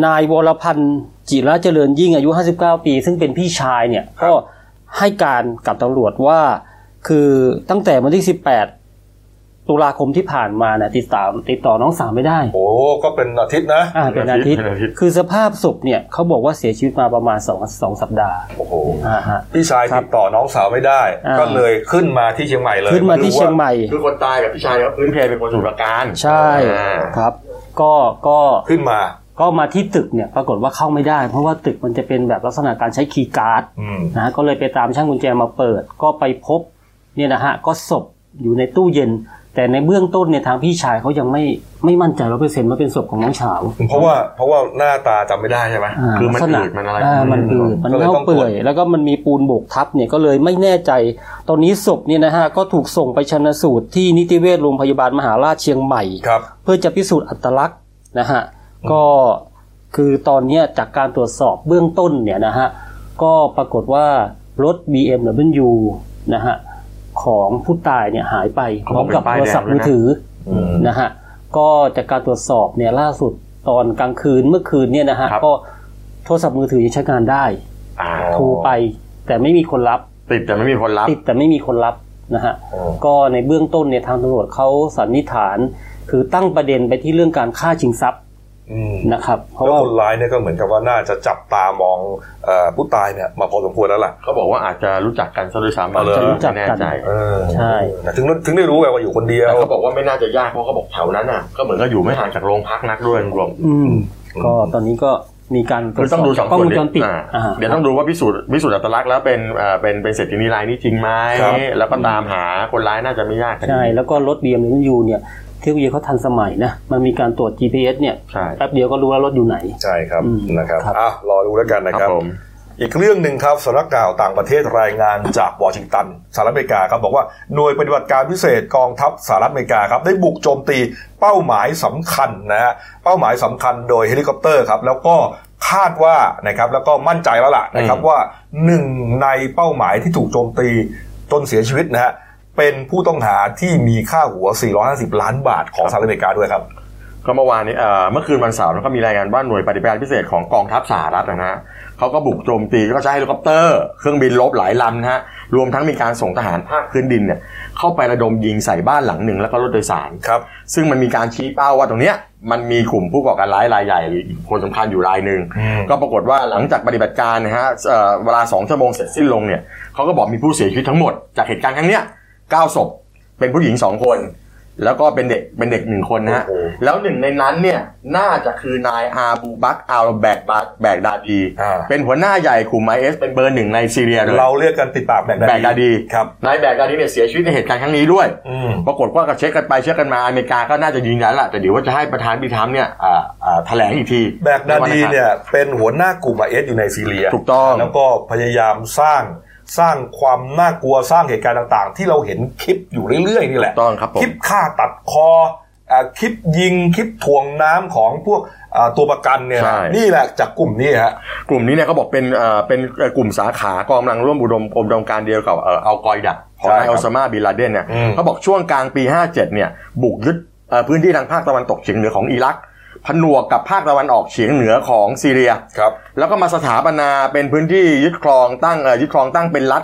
[SPEAKER 6] นายวรพันธ์จิระเจริญยิ่งอายุ 59 ปี ซึ่งเป็นพี่ชายเนี่ยก็ให้การกับตำรวจว่า คือตั้งแต่วันที่ 18 ตุลาคมที่ผ่านมานะติดตามติดต่อน้องสาวไม่ได้
[SPEAKER 1] โอ้ก็เป็นอาทิตย์นะ
[SPEAKER 6] อ่าเป็นอาทิตย์
[SPEAKER 4] เป็นอาทิตย์
[SPEAKER 6] คือสภาพศพเนี่ยเขาบอกว่าเสียชีวิตมาประมาณ2องสองสัปดาห์
[SPEAKER 1] โอ้โห
[SPEAKER 6] อ่าฮะ
[SPEAKER 1] พี่ชาย
[SPEAKER 6] ครั
[SPEAKER 1] ติด
[SPEAKER 6] บ
[SPEAKER 1] ต่อน้องสาวไม่ได้
[SPEAKER 6] อ่า
[SPEAKER 1] ก็เลยขึ้นมาที่เชียงใหม่เลย
[SPEAKER 6] ขึ้นมาที่เชียงใหม่
[SPEAKER 4] คือคนตายกับพี่ชายเขาพื้นเพเป็นคนสมุทรปราการ
[SPEAKER 6] ใช่
[SPEAKER 4] อ่า
[SPEAKER 6] ครับก็ก็
[SPEAKER 1] ขึ้นมา
[SPEAKER 6] ก็มาที่ตึกเนี่ยปรากฏว่าเข้าไม่ได้ เพราะว่าตึกมันจะเป็นแบบลักษณะการใช้คีย์การ์ด
[SPEAKER 1] อืม
[SPEAKER 6] นะฮะก็เลยไปตามช่างกุญแจมาเปิด ก็ไปพบเนี่ยนะฮะก็ศพอยู่ในตู้เย็น แต่ในเบื้องต้นเนี่ยทางพี่ชายเขายังไม่ไม่มั่นใจร้อเปอร์เซ็นต์ว่าเป็นศพของน้องสาว
[SPEAKER 1] เพราะว่าเพราะว่าหน้าตาจำไม่ได้ใช่ไหม
[SPEAKER 6] า
[SPEAKER 4] คือมัน
[SPEAKER 6] ลักษณะ
[SPEAKER 4] อืดมันอะไร
[SPEAKER 6] ามันอืดมัน
[SPEAKER 1] ก็เลย
[SPEAKER 6] เน่า
[SPEAKER 1] ต้องตรวจ
[SPEAKER 6] เปื่อย แล้วก็มันมีปูนโบกทับเนี่ยก็เลยไม่แน่ใจ ตอนนี้ศพเนี่ยนะฮะก็ถูกส่งไปชนะสูตรที่นิติเวชโรงพยาบาลมหาราชเชียงใหม่
[SPEAKER 1] ครับ
[SPEAKER 6] เพื่อจะพิสูจน์อัตลักษณ์นะฮะก็คือตอนเนี้ยจากการตรวจสอบเบื้องต้นเนี่ยนะฮะก็ปรากฏว่ารถ BMW นะฮะของผู้ตายเนี่ยหายไปพร้อมกับโทรศัพท์มือถือ
[SPEAKER 1] อืม
[SPEAKER 6] นะฮะก็จากการตรวจสอบเนี่ยล่าสุดตอนกลางคืนเมื่อคืนเนี่ยนะฮะ
[SPEAKER 4] ครับ
[SPEAKER 6] ก็โทรศัพท์มือถือยังใช้งานได้
[SPEAKER 4] อ่า
[SPEAKER 6] โทรไปแต่ไม่มีคนรับ
[SPEAKER 4] ติดแต่ไม่มีคนรับ
[SPEAKER 6] ติดแต่ไม่มีคนรับนะฮะ
[SPEAKER 1] โอ้
[SPEAKER 6] ก็ในเบื้องต้นเนี่ยทางตำรวจเขาสันนิษฐาน คือตั้งประเด็นไปที่เรื่องการฆ่าชิงทรัพย์
[SPEAKER 1] อืม
[SPEAKER 6] นะครับ เพราะ
[SPEAKER 1] แล้ว
[SPEAKER 6] ว่า
[SPEAKER 1] คนร้ายเนี่ยก็เหมือนกับว่าน่าจะจับตามองเอ่อผู้ตายเนี่ยมาพอสมควรแล้วล่ะ
[SPEAKER 4] เขาบอกว่าอาจจะรู้จักกันซะด้วยซ้ำ
[SPEAKER 1] เอาเลย
[SPEAKER 4] ไม่แน่ใจ
[SPEAKER 1] เออ
[SPEAKER 6] ใช่
[SPEAKER 1] ถึงถึงได้รู้ไงว่าอยู่คนเดีย
[SPEAKER 4] แต่
[SPEAKER 1] ว
[SPEAKER 4] เขาบอกว่าไม่น่าจะยากเพราะเขาบอกแถวนั้นน่ะก็เหมือนก็อยู่ไม่ห่างจากโรงพักนักด้วยรวม
[SPEAKER 6] อืม ก็ตอนนี้ก็มีการตร
[SPEAKER 4] คื
[SPEAKER 6] ว
[SPEAKER 4] อ
[SPEAKER 6] จส
[SPEAKER 4] ต้อ
[SPEAKER 6] อ
[SPEAKER 4] ง
[SPEAKER 6] บ
[SPEAKER 4] ดูสอง
[SPEAKER 6] กล้อง
[SPEAKER 4] ส่ว
[SPEAKER 6] วน งจรปิด
[SPEAKER 4] อ่า
[SPEAKER 6] อ่า
[SPEAKER 4] เดี๋ยวต้องดูว่าพิสูจน์พิสูจน์อัตลักษณ์แล้วเป็นเอ่อเป็นเป็นเศรษฐินีรายนี้จริงไหม
[SPEAKER 1] ครับ
[SPEAKER 4] แล้วก็ตามหาคนร้ายน่าจะไม่ยาก
[SPEAKER 6] ใช่ แล้วก็รถ BMW เนี่ยเทคโนโลยีเขาทันสมัยนะ มันมีการตรวจ GPS เนี่ย
[SPEAKER 4] ใช่
[SPEAKER 6] แป๊บเดียวก็รู้ว่ารถอยู่ไหน
[SPEAKER 1] ใช่ครับ
[SPEAKER 6] อืม
[SPEAKER 1] นะครับ
[SPEAKER 6] ครับ
[SPEAKER 1] อ่ะรอดูแล้วกันนะ
[SPEAKER 4] ครั
[SPEAKER 1] ครับ
[SPEAKER 4] บผม
[SPEAKER 1] อีกเรื่องหนึ่งครับสำนักข่าวต่างประเทศรายงานจากวอชิงตันสหรัฐอเมริกาครับบอกว่าหน่วยปฏิบัติการพิเศษกองทัพสหรัฐอเมริกาครับได้บุกโจมตีเป้าหมายสำคัญนะฮะเป้าหมายสำคัญโดยเฮลิคอปเตอร์ครับแล้วก็คาดว่านะครับแล้วก็มั่นใจแล้วล่ะนะครับว่าหนึ่งในเป้าหมายที่ถูกโจมตีจนเสียชีวิตนะฮะเป็นผู้ต้องหาที่มีค่าหัว 450 ล้านบาทของสหรัฐอเมริกาด้วยครับ
[SPEAKER 2] ก็เมื่อวานนี้เอ่อเมื่อคืนวันเสาร์แล้วก็มีรายงานว่าหน่วยปฏิบัติการพิเศษของกองทัพสหรัฐนะฮะเขาก็บุกโจมตีแล้วก็ใช้เฮลิคอปเตอร์ เครื่องบินลบหลายลำนะฮะรวมทั้งมีการส่งทหารภาคพื้นดินเนี่ยเข้าไประดมยิงใส่บ้านหลังหนึ่งแล้วก็รถโดยสาร
[SPEAKER 1] ครับ
[SPEAKER 2] ซึ่งมันมีการชี้เป้าว่าตรงเนี้ยมันมีกลุ่มผู้ก่อการร้ายรายใหญ่หรือคนสำคัญอยู่รายหนึ่งก็ปรากฏว่าหลังจากปฏิบัติการนะฮะเอ่อเวลาสองชั่วโมงเสร็จสิ้นลงเนี่ยเขาก็บอกมีผู้เสียชีวิตทั้งหมดจากเหตุการณ์ครั้งเนี้ยเก้าศพเป็นผู้หญิงสองคน แล้วก็เป็นเด็กเป็นเด็กหนึ่งคนนะฮะ
[SPEAKER 1] โอ้โห
[SPEAKER 2] แล้วหนึ่งในนั้นเนี่ยน่าจะคือนายอาบูบักอัลแบกบักแบกดาดี
[SPEAKER 1] อ่า
[SPEAKER 2] เป็นหัวหน้าใหญ่กลุ่มไอเอสเป็นเบอร์หนึ่งในซีเรียเลย
[SPEAKER 1] เราเรียกกันติดปากแบกดาดี
[SPEAKER 2] แบกดาดี
[SPEAKER 1] ครับ
[SPEAKER 2] นายแบกดาดีเนี่ยเสียชีวิตในเหตุการณ์ครั้งนี้ด้วย
[SPEAKER 1] อืม
[SPEAKER 2] ปรากฏว่าก็เช็คกันไปเช็คกันมาอเมริกาก็น่าจะยืนยันแหละแต่เดี๋ยวว่าจะให้ประธานบิทัมเนี่ยอ่าอ่าแถลงอีกที
[SPEAKER 1] แบกดาดีเนี่ยเป็นหัวหน้ากลุ่มเอสอยู่ในซีเรีย
[SPEAKER 2] ถูกต้อง
[SPEAKER 1] แล้วก็พยายามสร้างสร้างความน่ากลัวสร้างเหตุการณ์ต่างๆ ที่เราเห็นคลิปอยู่เรื่อยๆนี่แหละ
[SPEAKER 2] ถูกต้องครับผม
[SPEAKER 1] ลิปฆ่าตัดคออ่าคลิปยิงคลิปถ่วงน้ำของพวกอ่าตัวประกันเนี่ย
[SPEAKER 2] ใช่
[SPEAKER 1] นี่แหละจากกลุ่มนี้ฮะ
[SPEAKER 2] กลุ่มนี้เนี่ยเขาบอกเป็นเอ่อเป็นเอ่อกลุ่มสาขากองกำลังร่วมอุดมอุดมการณ์เดียวกับเอ่ออัลกอยดะของ
[SPEAKER 1] ใช่
[SPEAKER 2] นาย
[SPEAKER 1] ครับ
[SPEAKER 2] อัลซามาบินลาเดนเนี่ย
[SPEAKER 1] อืม
[SPEAKER 2] เขาบอกช่วงกลางปี 57 เนี่ยบุกยึดเอ่อพื้นที่ทางภาคตะวันตกเฉียงเหนือของอิรักผนวกกับภาคตะวันออกเฉียงเหนือของซีเรีย
[SPEAKER 1] ครับ
[SPEAKER 2] แล้วก็มาสถาปนาเป็นพื้นที่ยึดครองตั้งเอ่อยึดครองตั้งเป็นรัฐ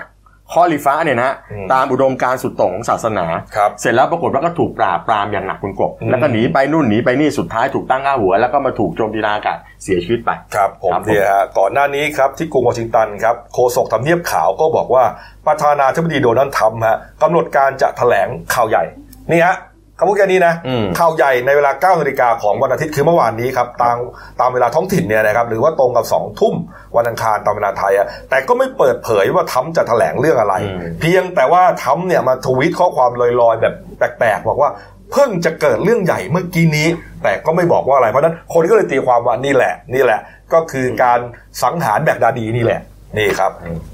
[SPEAKER 2] คอลิฟ้าเนี่ยนะฮะ
[SPEAKER 1] อืม
[SPEAKER 2] ตามอุดมการณ์สุดโต่งของศาสนา
[SPEAKER 1] ครับ
[SPEAKER 2] เสร็จแล้วปรากฏว่าก็ถูกปราบปรามอย่างหนักคุณกบ
[SPEAKER 1] อืม
[SPEAKER 2] แล้วก็หนีไปนู่นหนีไปนี่สุดท้ายถูกตั้งหน้าหัว แล้วก็มาถูกโจมตีทางอากาศเสียชีวิตไป
[SPEAKER 1] ครับผม
[SPEAKER 2] ครับผม
[SPEAKER 1] เนี่ยฮะก่อนหน้านี้ครับที่กรุงวอชิงตันครับโฆษกทำเนียบขาวก็บอกว่าประธานาธิบดีโดนัลด์ทรัมป์ฮะกำหนดการจะแถลงข่าวใหญ่นี่ฮะคำพูดแค่นี้นะข่าวใหญ่ในเวลา9นาฬิกาของวันอาทิตย์คือเมื่อวานนี้ครับตามตามเวลาท้องถิ่นเนี่ยนะครับหรือว่าตรงกับ 2 ทุ่มวันอังคารตามเวลาไทยอะแต่ก็ไม่เปิดเผยว่าทรัมป์จะแถลงเรื่องอะไร เพียงแต่ว่าทรัมป์เนี่ยมาทวีตข้อความลอยๆ แบบแปลกๆบอกว่า เพิ่งจะเกิดเรื่องใหญ่เมื่อกี้นี้ แต่ก็ไม่บอกว่าอะไรเพราะฉะนั้นคนก็เลยตีความว่านี่แหละ นี่แหละ ก็คือการสังหารแบกดาดีนี่แหละ นี่ครับ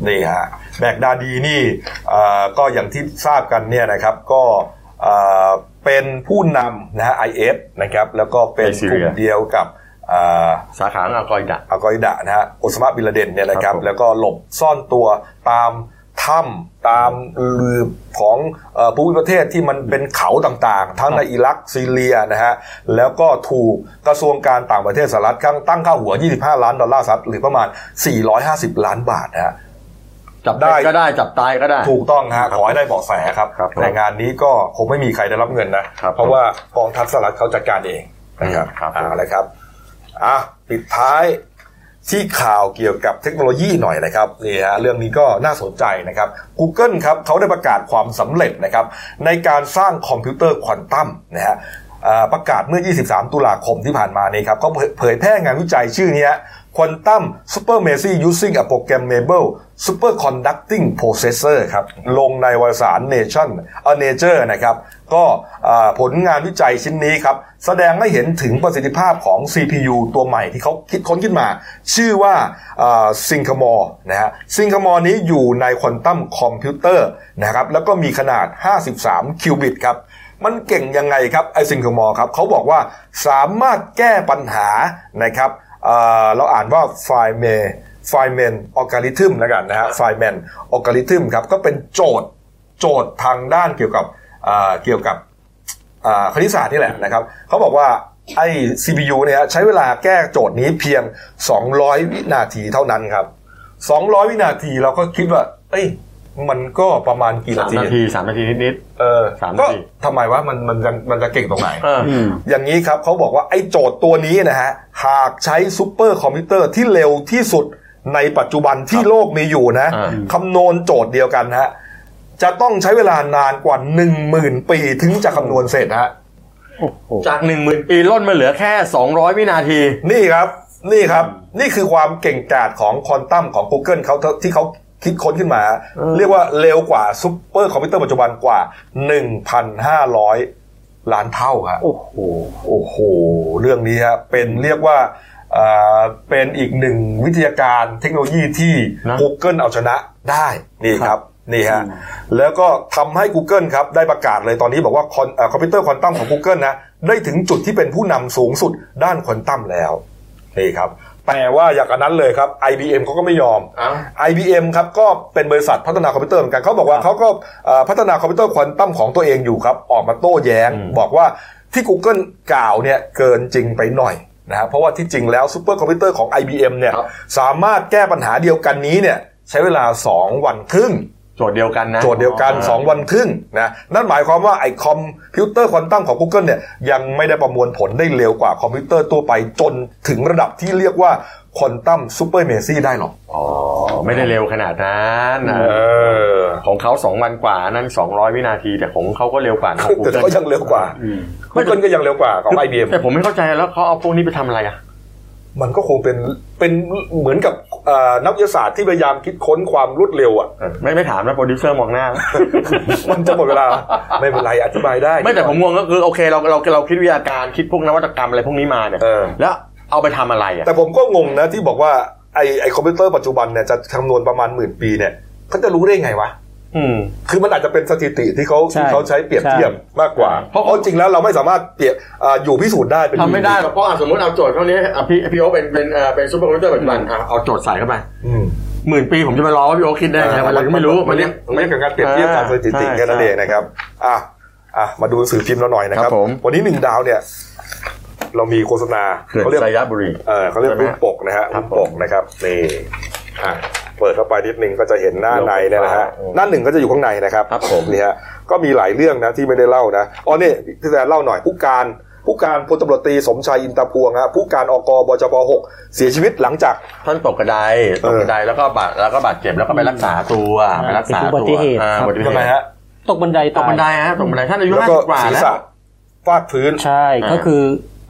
[SPEAKER 1] นี่ฮะแบกดาดีนี่เอ่อก็อย่างที่ทราบกันเนี่ยนะครับก็เอ่อเป็นผู้นำนะฮะไอเอฟนะครับแล้วก็เป็น
[SPEAKER 2] ในซี
[SPEAKER 1] ก
[SPEAKER 2] เรี
[SPEAKER 1] ลุ่
[SPEAKER 2] ย
[SPEAKER 1] มเดียวกับเอ่อ
[SPEAKER 2] สาขาของอัลกออิดะ
[SPEAKER 1] อัลกออิดะนะฮะอุสมาบินลาเดนเนี่ยนะครับ
[SPEAKER 2] ครับผม
[SPEAKER 1] แล้วก็หลบซ่อนตัวตามถ้ำตามหลืบของเอ่อภูมิประเทศที่มันเป็นเขาต่างๆ ทั้งในอิรักซีเรียนะฮะ แล้วก็ถูกกระทรวงการต่างประเทศสหรัฐตั้งค่าหัว 25 ล้านดอลลาร์สหรัฐหรือประมาณ 450 ล้านบาทนะฮะ
[SPEAKER 2] จับได้ก็ได้จับตายก็ได้
[SPEAKER 1] ถูกต้องฮะขอให้ได้เบาะแสครับ
[SPEAKER 2] ครับผม
[SPEAKER 1] แต่งานนี้ก็คงไม่มีใครได้รับเงินนะ
[SPEAKER 2] ครับ
[SPEAKER 1] เพราะว่ากองทัพสหรัฐเขาจัดการเองนะครับ
[SPEAKER 2] ครับผม
[SPEAKER 1] เอาละครับอ่ะปิดท้ายที่ข่าวเกี่ยวกับเทคโนโลยีหน่อยนะครับนี่ฮะเรื่องนี้ก็น่าสนใจนะครับ Google ครับเขาได้ประกาศความสำเร็จนะครับในการสร้างคอมพิวเตอร์ควอนตัมนะฮะอ่าประกาศเมื่อ 23 ตุลาคมที่ผ่านมานี้ครับเขาเผยแพร่งานวิจัยชื่อนี้ฮะ Quantum Supremacy Using a Programmable Superconducting Processor ครับ ลงในวารสาร Nation a Nature นะครับ ก็อ่าผลงานวิจัยชิ้นนี้ครับ แสดงให้เห็นถึงประสิทธิภาพของ CPU ตัวใหม่ที่เขาคิดค้นขึ้นมา ชื่อว่าซิงคมอร์นะฮะซิงคมอร์นี้อยู่ในควอนตัมคอมพิวเตอร์นะครับ แล้วก็มีขนาด 53 คิวบิตครับ มันเก่งยังไงครับไอซิงคมอร์ครับเขาบอกว่าสามารถแก้ปัญหานะครับ เอ่อเราอ่านว่าไฟเมไฟเมนออการิทึมแล้วกันนะฮะไฟเมนออการิทึมครับก็เป็นโจทย์โจทย์ทางด้านเกี่ยวกับเอ่อเกี่ยวกับเอ่อคณิตศาสตร์นี่แหละนะครับเขาบอกว่าไอ้ CPU เนี่ยใช้เวลาแก้โจทย์นี้เพียง 200 วินาทีเท่านั้นครับ 200 วินาทีเราก็คิดว่า เอ้ยมันก็ประมาณกี่
[SPEAKER 2] สา
[SPEAKER 1] นาที
[SPEAKER 2] มนาทีสามนาทีนิด
[SPEAKER 1] เออ
[SPEAKER 2] สาม
[SPEAKER 1] ก็
[SPEAKER 2] นาที
[SPEAKER 1] ทำไมว่ามันมันจะมันจะเก่งตรงไหน
[SPEAKER 2] ๆเอออ
[SPEAKER 1] อย่างนี้ครับเขาบอกว่าไอ้โจทย์ตัวนี้นะฮะ หากใช้ซูเปอร์คอมพิวเตอร์ที่เร็วที่สุดในปัจจุบันที่โลกมีอยู่นะ
[SPEAKER 2] อ่า
[SPEAKER 1] คำนวณโจทย์เดียวกันฮะ จะต้องใช้เวลานานกว่า 1 0,000 ปีถึงจะคำนวณเสร็จฮะ
[SPEAKER 6] โอ้โห
[SPEAKER 2] จากหนึ่งหมื่นปีล่นมาเหลือแค่สองร้อยวินาที
[SPEAKER 1] นี่ครับ นี่ครับ นี่คือความเก่งกาจของควอนตัมของ Google เขาที่เขาคิดค้นขึ้นมา เรียกว่าเร็วกว่าซูเปอร์คอมพิวเตอร์ปัจจุบันกว่า 1,500 ล้านเท่าครับ
[SPEAKER 6] โอ้โห
[SPEAKER 1] โอ้โห เรื่องนี้ฮะเป็นเรียกว่า อ่าเป็นอีกหนึ่งวิทยาการเทคโนโลยีที่
[SPEAKER 2] นะ
[SPEAKER 1] Google เอาชนะได้นี่ครับนี่ฮะแล้วก็ทำให้ Google ครับได้ประกาศเลยตอนนี้บอกว่าคอนเอ่อคอมพิวเตอร์ควอนตัมของ Google นะได้ถึงจุดที่เป็นผู้นำสูงสุดด้านควอนตัมแล้วนี่ครับแต่ว่าอย่างกับนั้นเลยครับ IBM เขาก็ไม่ยอม
[SPEAKER 2] อ้าว
[SPEAKER 1] IBM ครับก็เป็นบริษัทพัฒนาคอมพิวเตอร์เหมือนกันเขาบอกว่าเขาก็เอ่อพัฒนาคอมพิวเตอร์ควอนตัมของตัวเองอยู่ครับ ออกมาโต้แย้ง บอกว่าที่ Google กล่าวเนี่ยเกินจริงไปหน่อยนะฮะเพราะว่าที่จริงแล้วซูเปอร์คอมพิวเตอร์ของ IBM เนี่ย
[SPEAKER 2] ครับ
[SPEAKER 1] สามารถแก้ปัญหาเดียวกันนี้เนี่ยใช้เวลา 2 วันครึ่ง
[SPEAKER 2] โจทย์เดียวกันนะ
[SPEAKER 1] โจทย์เดียวกัน 2 วันครึ่งนะนั่นหมายความว่าไอ้คอมพิวเตอร์ควอนตัมของ Google เนี่ยยังไม่ได้ประมวลผลได้เร็วกว่าคอมพิวเตอร์ตัวไปจนถึงระดับที่เรียกว่าควอนตัมซูเปอร์เมซี่ได้หรอก
[SPEAKER 2] อ๋อไม่ได้เร็วขนาดนั้นนะของเขาสองวันกว่านั่น200 วินาที แต่ของเขาก็เร็วกว่านะ
[SPEAKER 1] แต่ก็ยังเร็วกว่าไม่เกินก็ยังเร็วกว่าของ IBM
[SPEAKER 2] แต่ผมไม่เข้าใจแล้วเขาเอาพวกนี้ไปทำอะไรอ่ะ
[SPEAKER 1] มันก็คงเป็นเป็นเหมือนกับเอ่อนักวิทยาศาสตร์ที่พยายามคิดค้นความรวดเร็วอ่ะ
[SPEAKER 2] ไม่ไม่ถามนะโปรดิวเซอร์มองหน้า
[SPEAKER 1] มันจะหมดเวลา ไม่เป็นไรอธิบายได้
[SPEAKER 2] ไม่แต่ผมงงก็คือโอเคเราเราเราคิดวิทยาการคิดพวกนวัตกรรมอะไรพวกนี้มาเนี่ย
[SPEAKER 1] เออ
[SPEAKER 2] แล้วเอาไปทำอะไรอ่ะ
[SPEAKER 1] แต่ผมก็งงนะที่บอกว่าไอไอคอมพิวเตอร์ปัจจุบันเนี่ยจะคำนวณประมาณหมื่นปีเนี่ยเขาจะรู้ได้ไงวะ
[SPEAKER 2] อืม
[SPEAKER 1] คือมันอาจจะเป็นสถิติที่เขา
[SPEAKER 6] ใช่
[SPEAKER 1] ที่เขาใช้เปรียบเทียบ
[SPEAKER 6] ใช่
[SPEAKER 1] มากกว่า เพราะเอาจริงแล้วเราไม่สามารถเปรียบอ่าอยู่พิสูจน์ได้เป็น
[SPEAKER 2] ทำไม่ได้หรอกเพราะอ่ะสมมติเอาโจทย์เท่านี้อ่ะพี่พี่โอคเป็นเป็นเอ่อเป็นซูเปอร์คอมพิวเตอร์ปัจจุบันอ่ะเอาโจทย์ใส่เข้าไป
[SPEAKER 1] อืม
[SPEAKER 2] หมื่นปีผมจะไปรอว่าพี่โอคคิดได้ไงวันหลังไม่รู้
[SPEAKER 1] มัน
[SPEAKER 2] เรี
[SPEAKER 1] เรีย
[SPEAKER 2] ย
[SPEAKER 1] ก
[SPEAKER 2] ก
[SPEAKER 1] มันเรียกกับการเปรียบเทียบตามสถิติ
[SPEAKER 2] อ่า
[SPEAKER 1] แค่นั้นเองนะครับอ่ะอ่ะมาดูหนังสื่อพิมพ์เราหน่อยนะค
[SPEAKER 2] ค
[SPEAKER 1] รั
[SPEAKER 2] รับ บผม
[SPEAKER 1] วันนี้หนึ่งดาวเนี่ย เรามีโฆษณา
[SPEAKER 2] เขื่อน
[SPEAKER 1] เขาเรียก
[SPEAKER 2] สายบุรี
[SPEAKER 1] เออเขาเรียกรูปปกนะฮะ
[SPEAKER 2] ครั
[SPEAKER 1] รู
[SPEAKER 2] บ
[SPEAKER 1] ปปกนะครับนี่อ่ะเปิดเข้าไปนิดนึงก็จะเห็นหน้าในเนี่ยนะฮะ
[SPEAKER 2] อืม
[SPEAKER 1] หน้าหนึ่งก็จะอยู่ข้างในนะครับ
[SPEAKER 2] ครับผม
[SPEAKER 1] นี่ฮะก็มีหลายเรื่องนะที่ไม่ได้เล่านะอ๋อนี่พี่แซนเล่าหน่อยผู้การผู้การพลตำรวจตรีสมชัยอินตะพวงฮะผู้การอกบจปหกเสียชีวิตหลังจาก
[SPEAKER 2] ท่านตกกระไดตกกระไดแล้วก็บาดแล้วก็บาดเจ็บแล้วก็ไปรักษาตัวไปรักษาตัว
[SPEAKER 6] เป็นอุบัติเหตุ
[SPEAKER 2] อ่าอุบัติเห
[SPEAKER 1] ทำไม
[SPEAKER 2] ตุ
[SPEAKER 1] ฮะ
[SPEAKER 6] ตกบันไดาย
[SPEAKER 2] ตกบันไดฮะตกบันไดท่านอายุ
[SPEAKER 1] แล้ว
[SPEAKER 2] ห้า
[SPEAKER 1] ก็
[SPEAKER 2] สิบกว่า
[SPEAKER 1] ศีร
[SPEAKER 2] แล้ว
[SPEAKER 1] ษะฟาดพื้น
[SPEAKER 6] ใช่ ก็คือ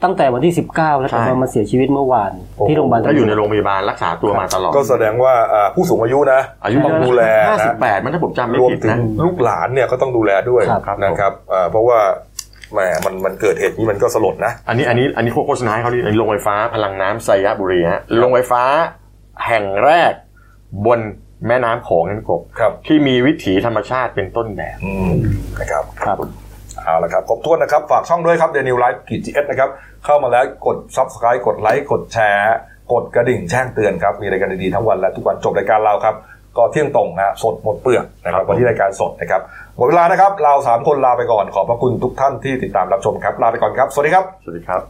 [SPEAKER 6] ตั้งแต่วันที่ 19 แล้ว
[SPEAKER 2] ใช่
[SPEAKER 6] แต่ว่ามาเสียชีวิตเมื่อวาน
[SPEAKER 1] โอ้โห
[SPEAKER 6] ที่โรงพยาบาล
[SPEAKER 2] ก็อยู่ในโรงพยาบาลรักษาตัวมาตลอด
[SPEAKER 1] ก็แสดงว่าอ่าผู้สูงอายุนะ
[SPEAKER 2] อายุ
[SPEAKER 1] ต้องดูแลนะ
[SPEAKER 2] ห้าสิบแปดมันถ้าผมจำไม่
[SPEAKER 1] รวม
[SPEAKER 2] ผิด
[SPEAKER 1] ถึง
[SPEAKER 2] นะ
[SPEAKER 1] ลูกหลานเนี่ยก็ต้องดูแลด้วย
[SPEAKER 2] ครับ
[SPEAKER 1] นะครับอ่าเพราะว่าแหมมันมันเกิดเหตุนี้มันก็สลดนะ
[SPEAKER 2] อันนี้อันนี้อันนี้โฆษณาให้เขาดิอันนี้โรงไฟฟ้าพลังน้ำไซยบุรีฮะโรงไฟฟ้าแห่งแรก บนแม่น้ำโขงนั่นกบ
[SPEAKER 1] ครับ
[SPEAKER 2] ที่มีวิถีธรรมชาติเป็นต้นแบบ
[SPEAKER 1] อืมนะครับ
[SPEAKER 6] ครับ
[SPEAKER 1] เอาละครับครบถ้วนนะครับ ฝากช่องด้วยครับเดนิวไลฟ์กีจีเอสนะครับ เข้ามาแล้วกด subscribe กดไลค์กดแชร์ กดกระดิ่งแจ้งเตือนครับ มีรายการดีๆทั้งวันและทุกวันจบรายการเราครับ ก็เที่ยงตรงนะสดหมดเปลือกนะครับวันที่รายการสดนะครับหมดเวลานะครับเราสามคนลาไปก่อนขอบพระคุณทุกท่านที่ติดตามรับชมครับลาไปก่อนครับสวัสดีครับ
[SPEAKER 2] สวัสดีครับ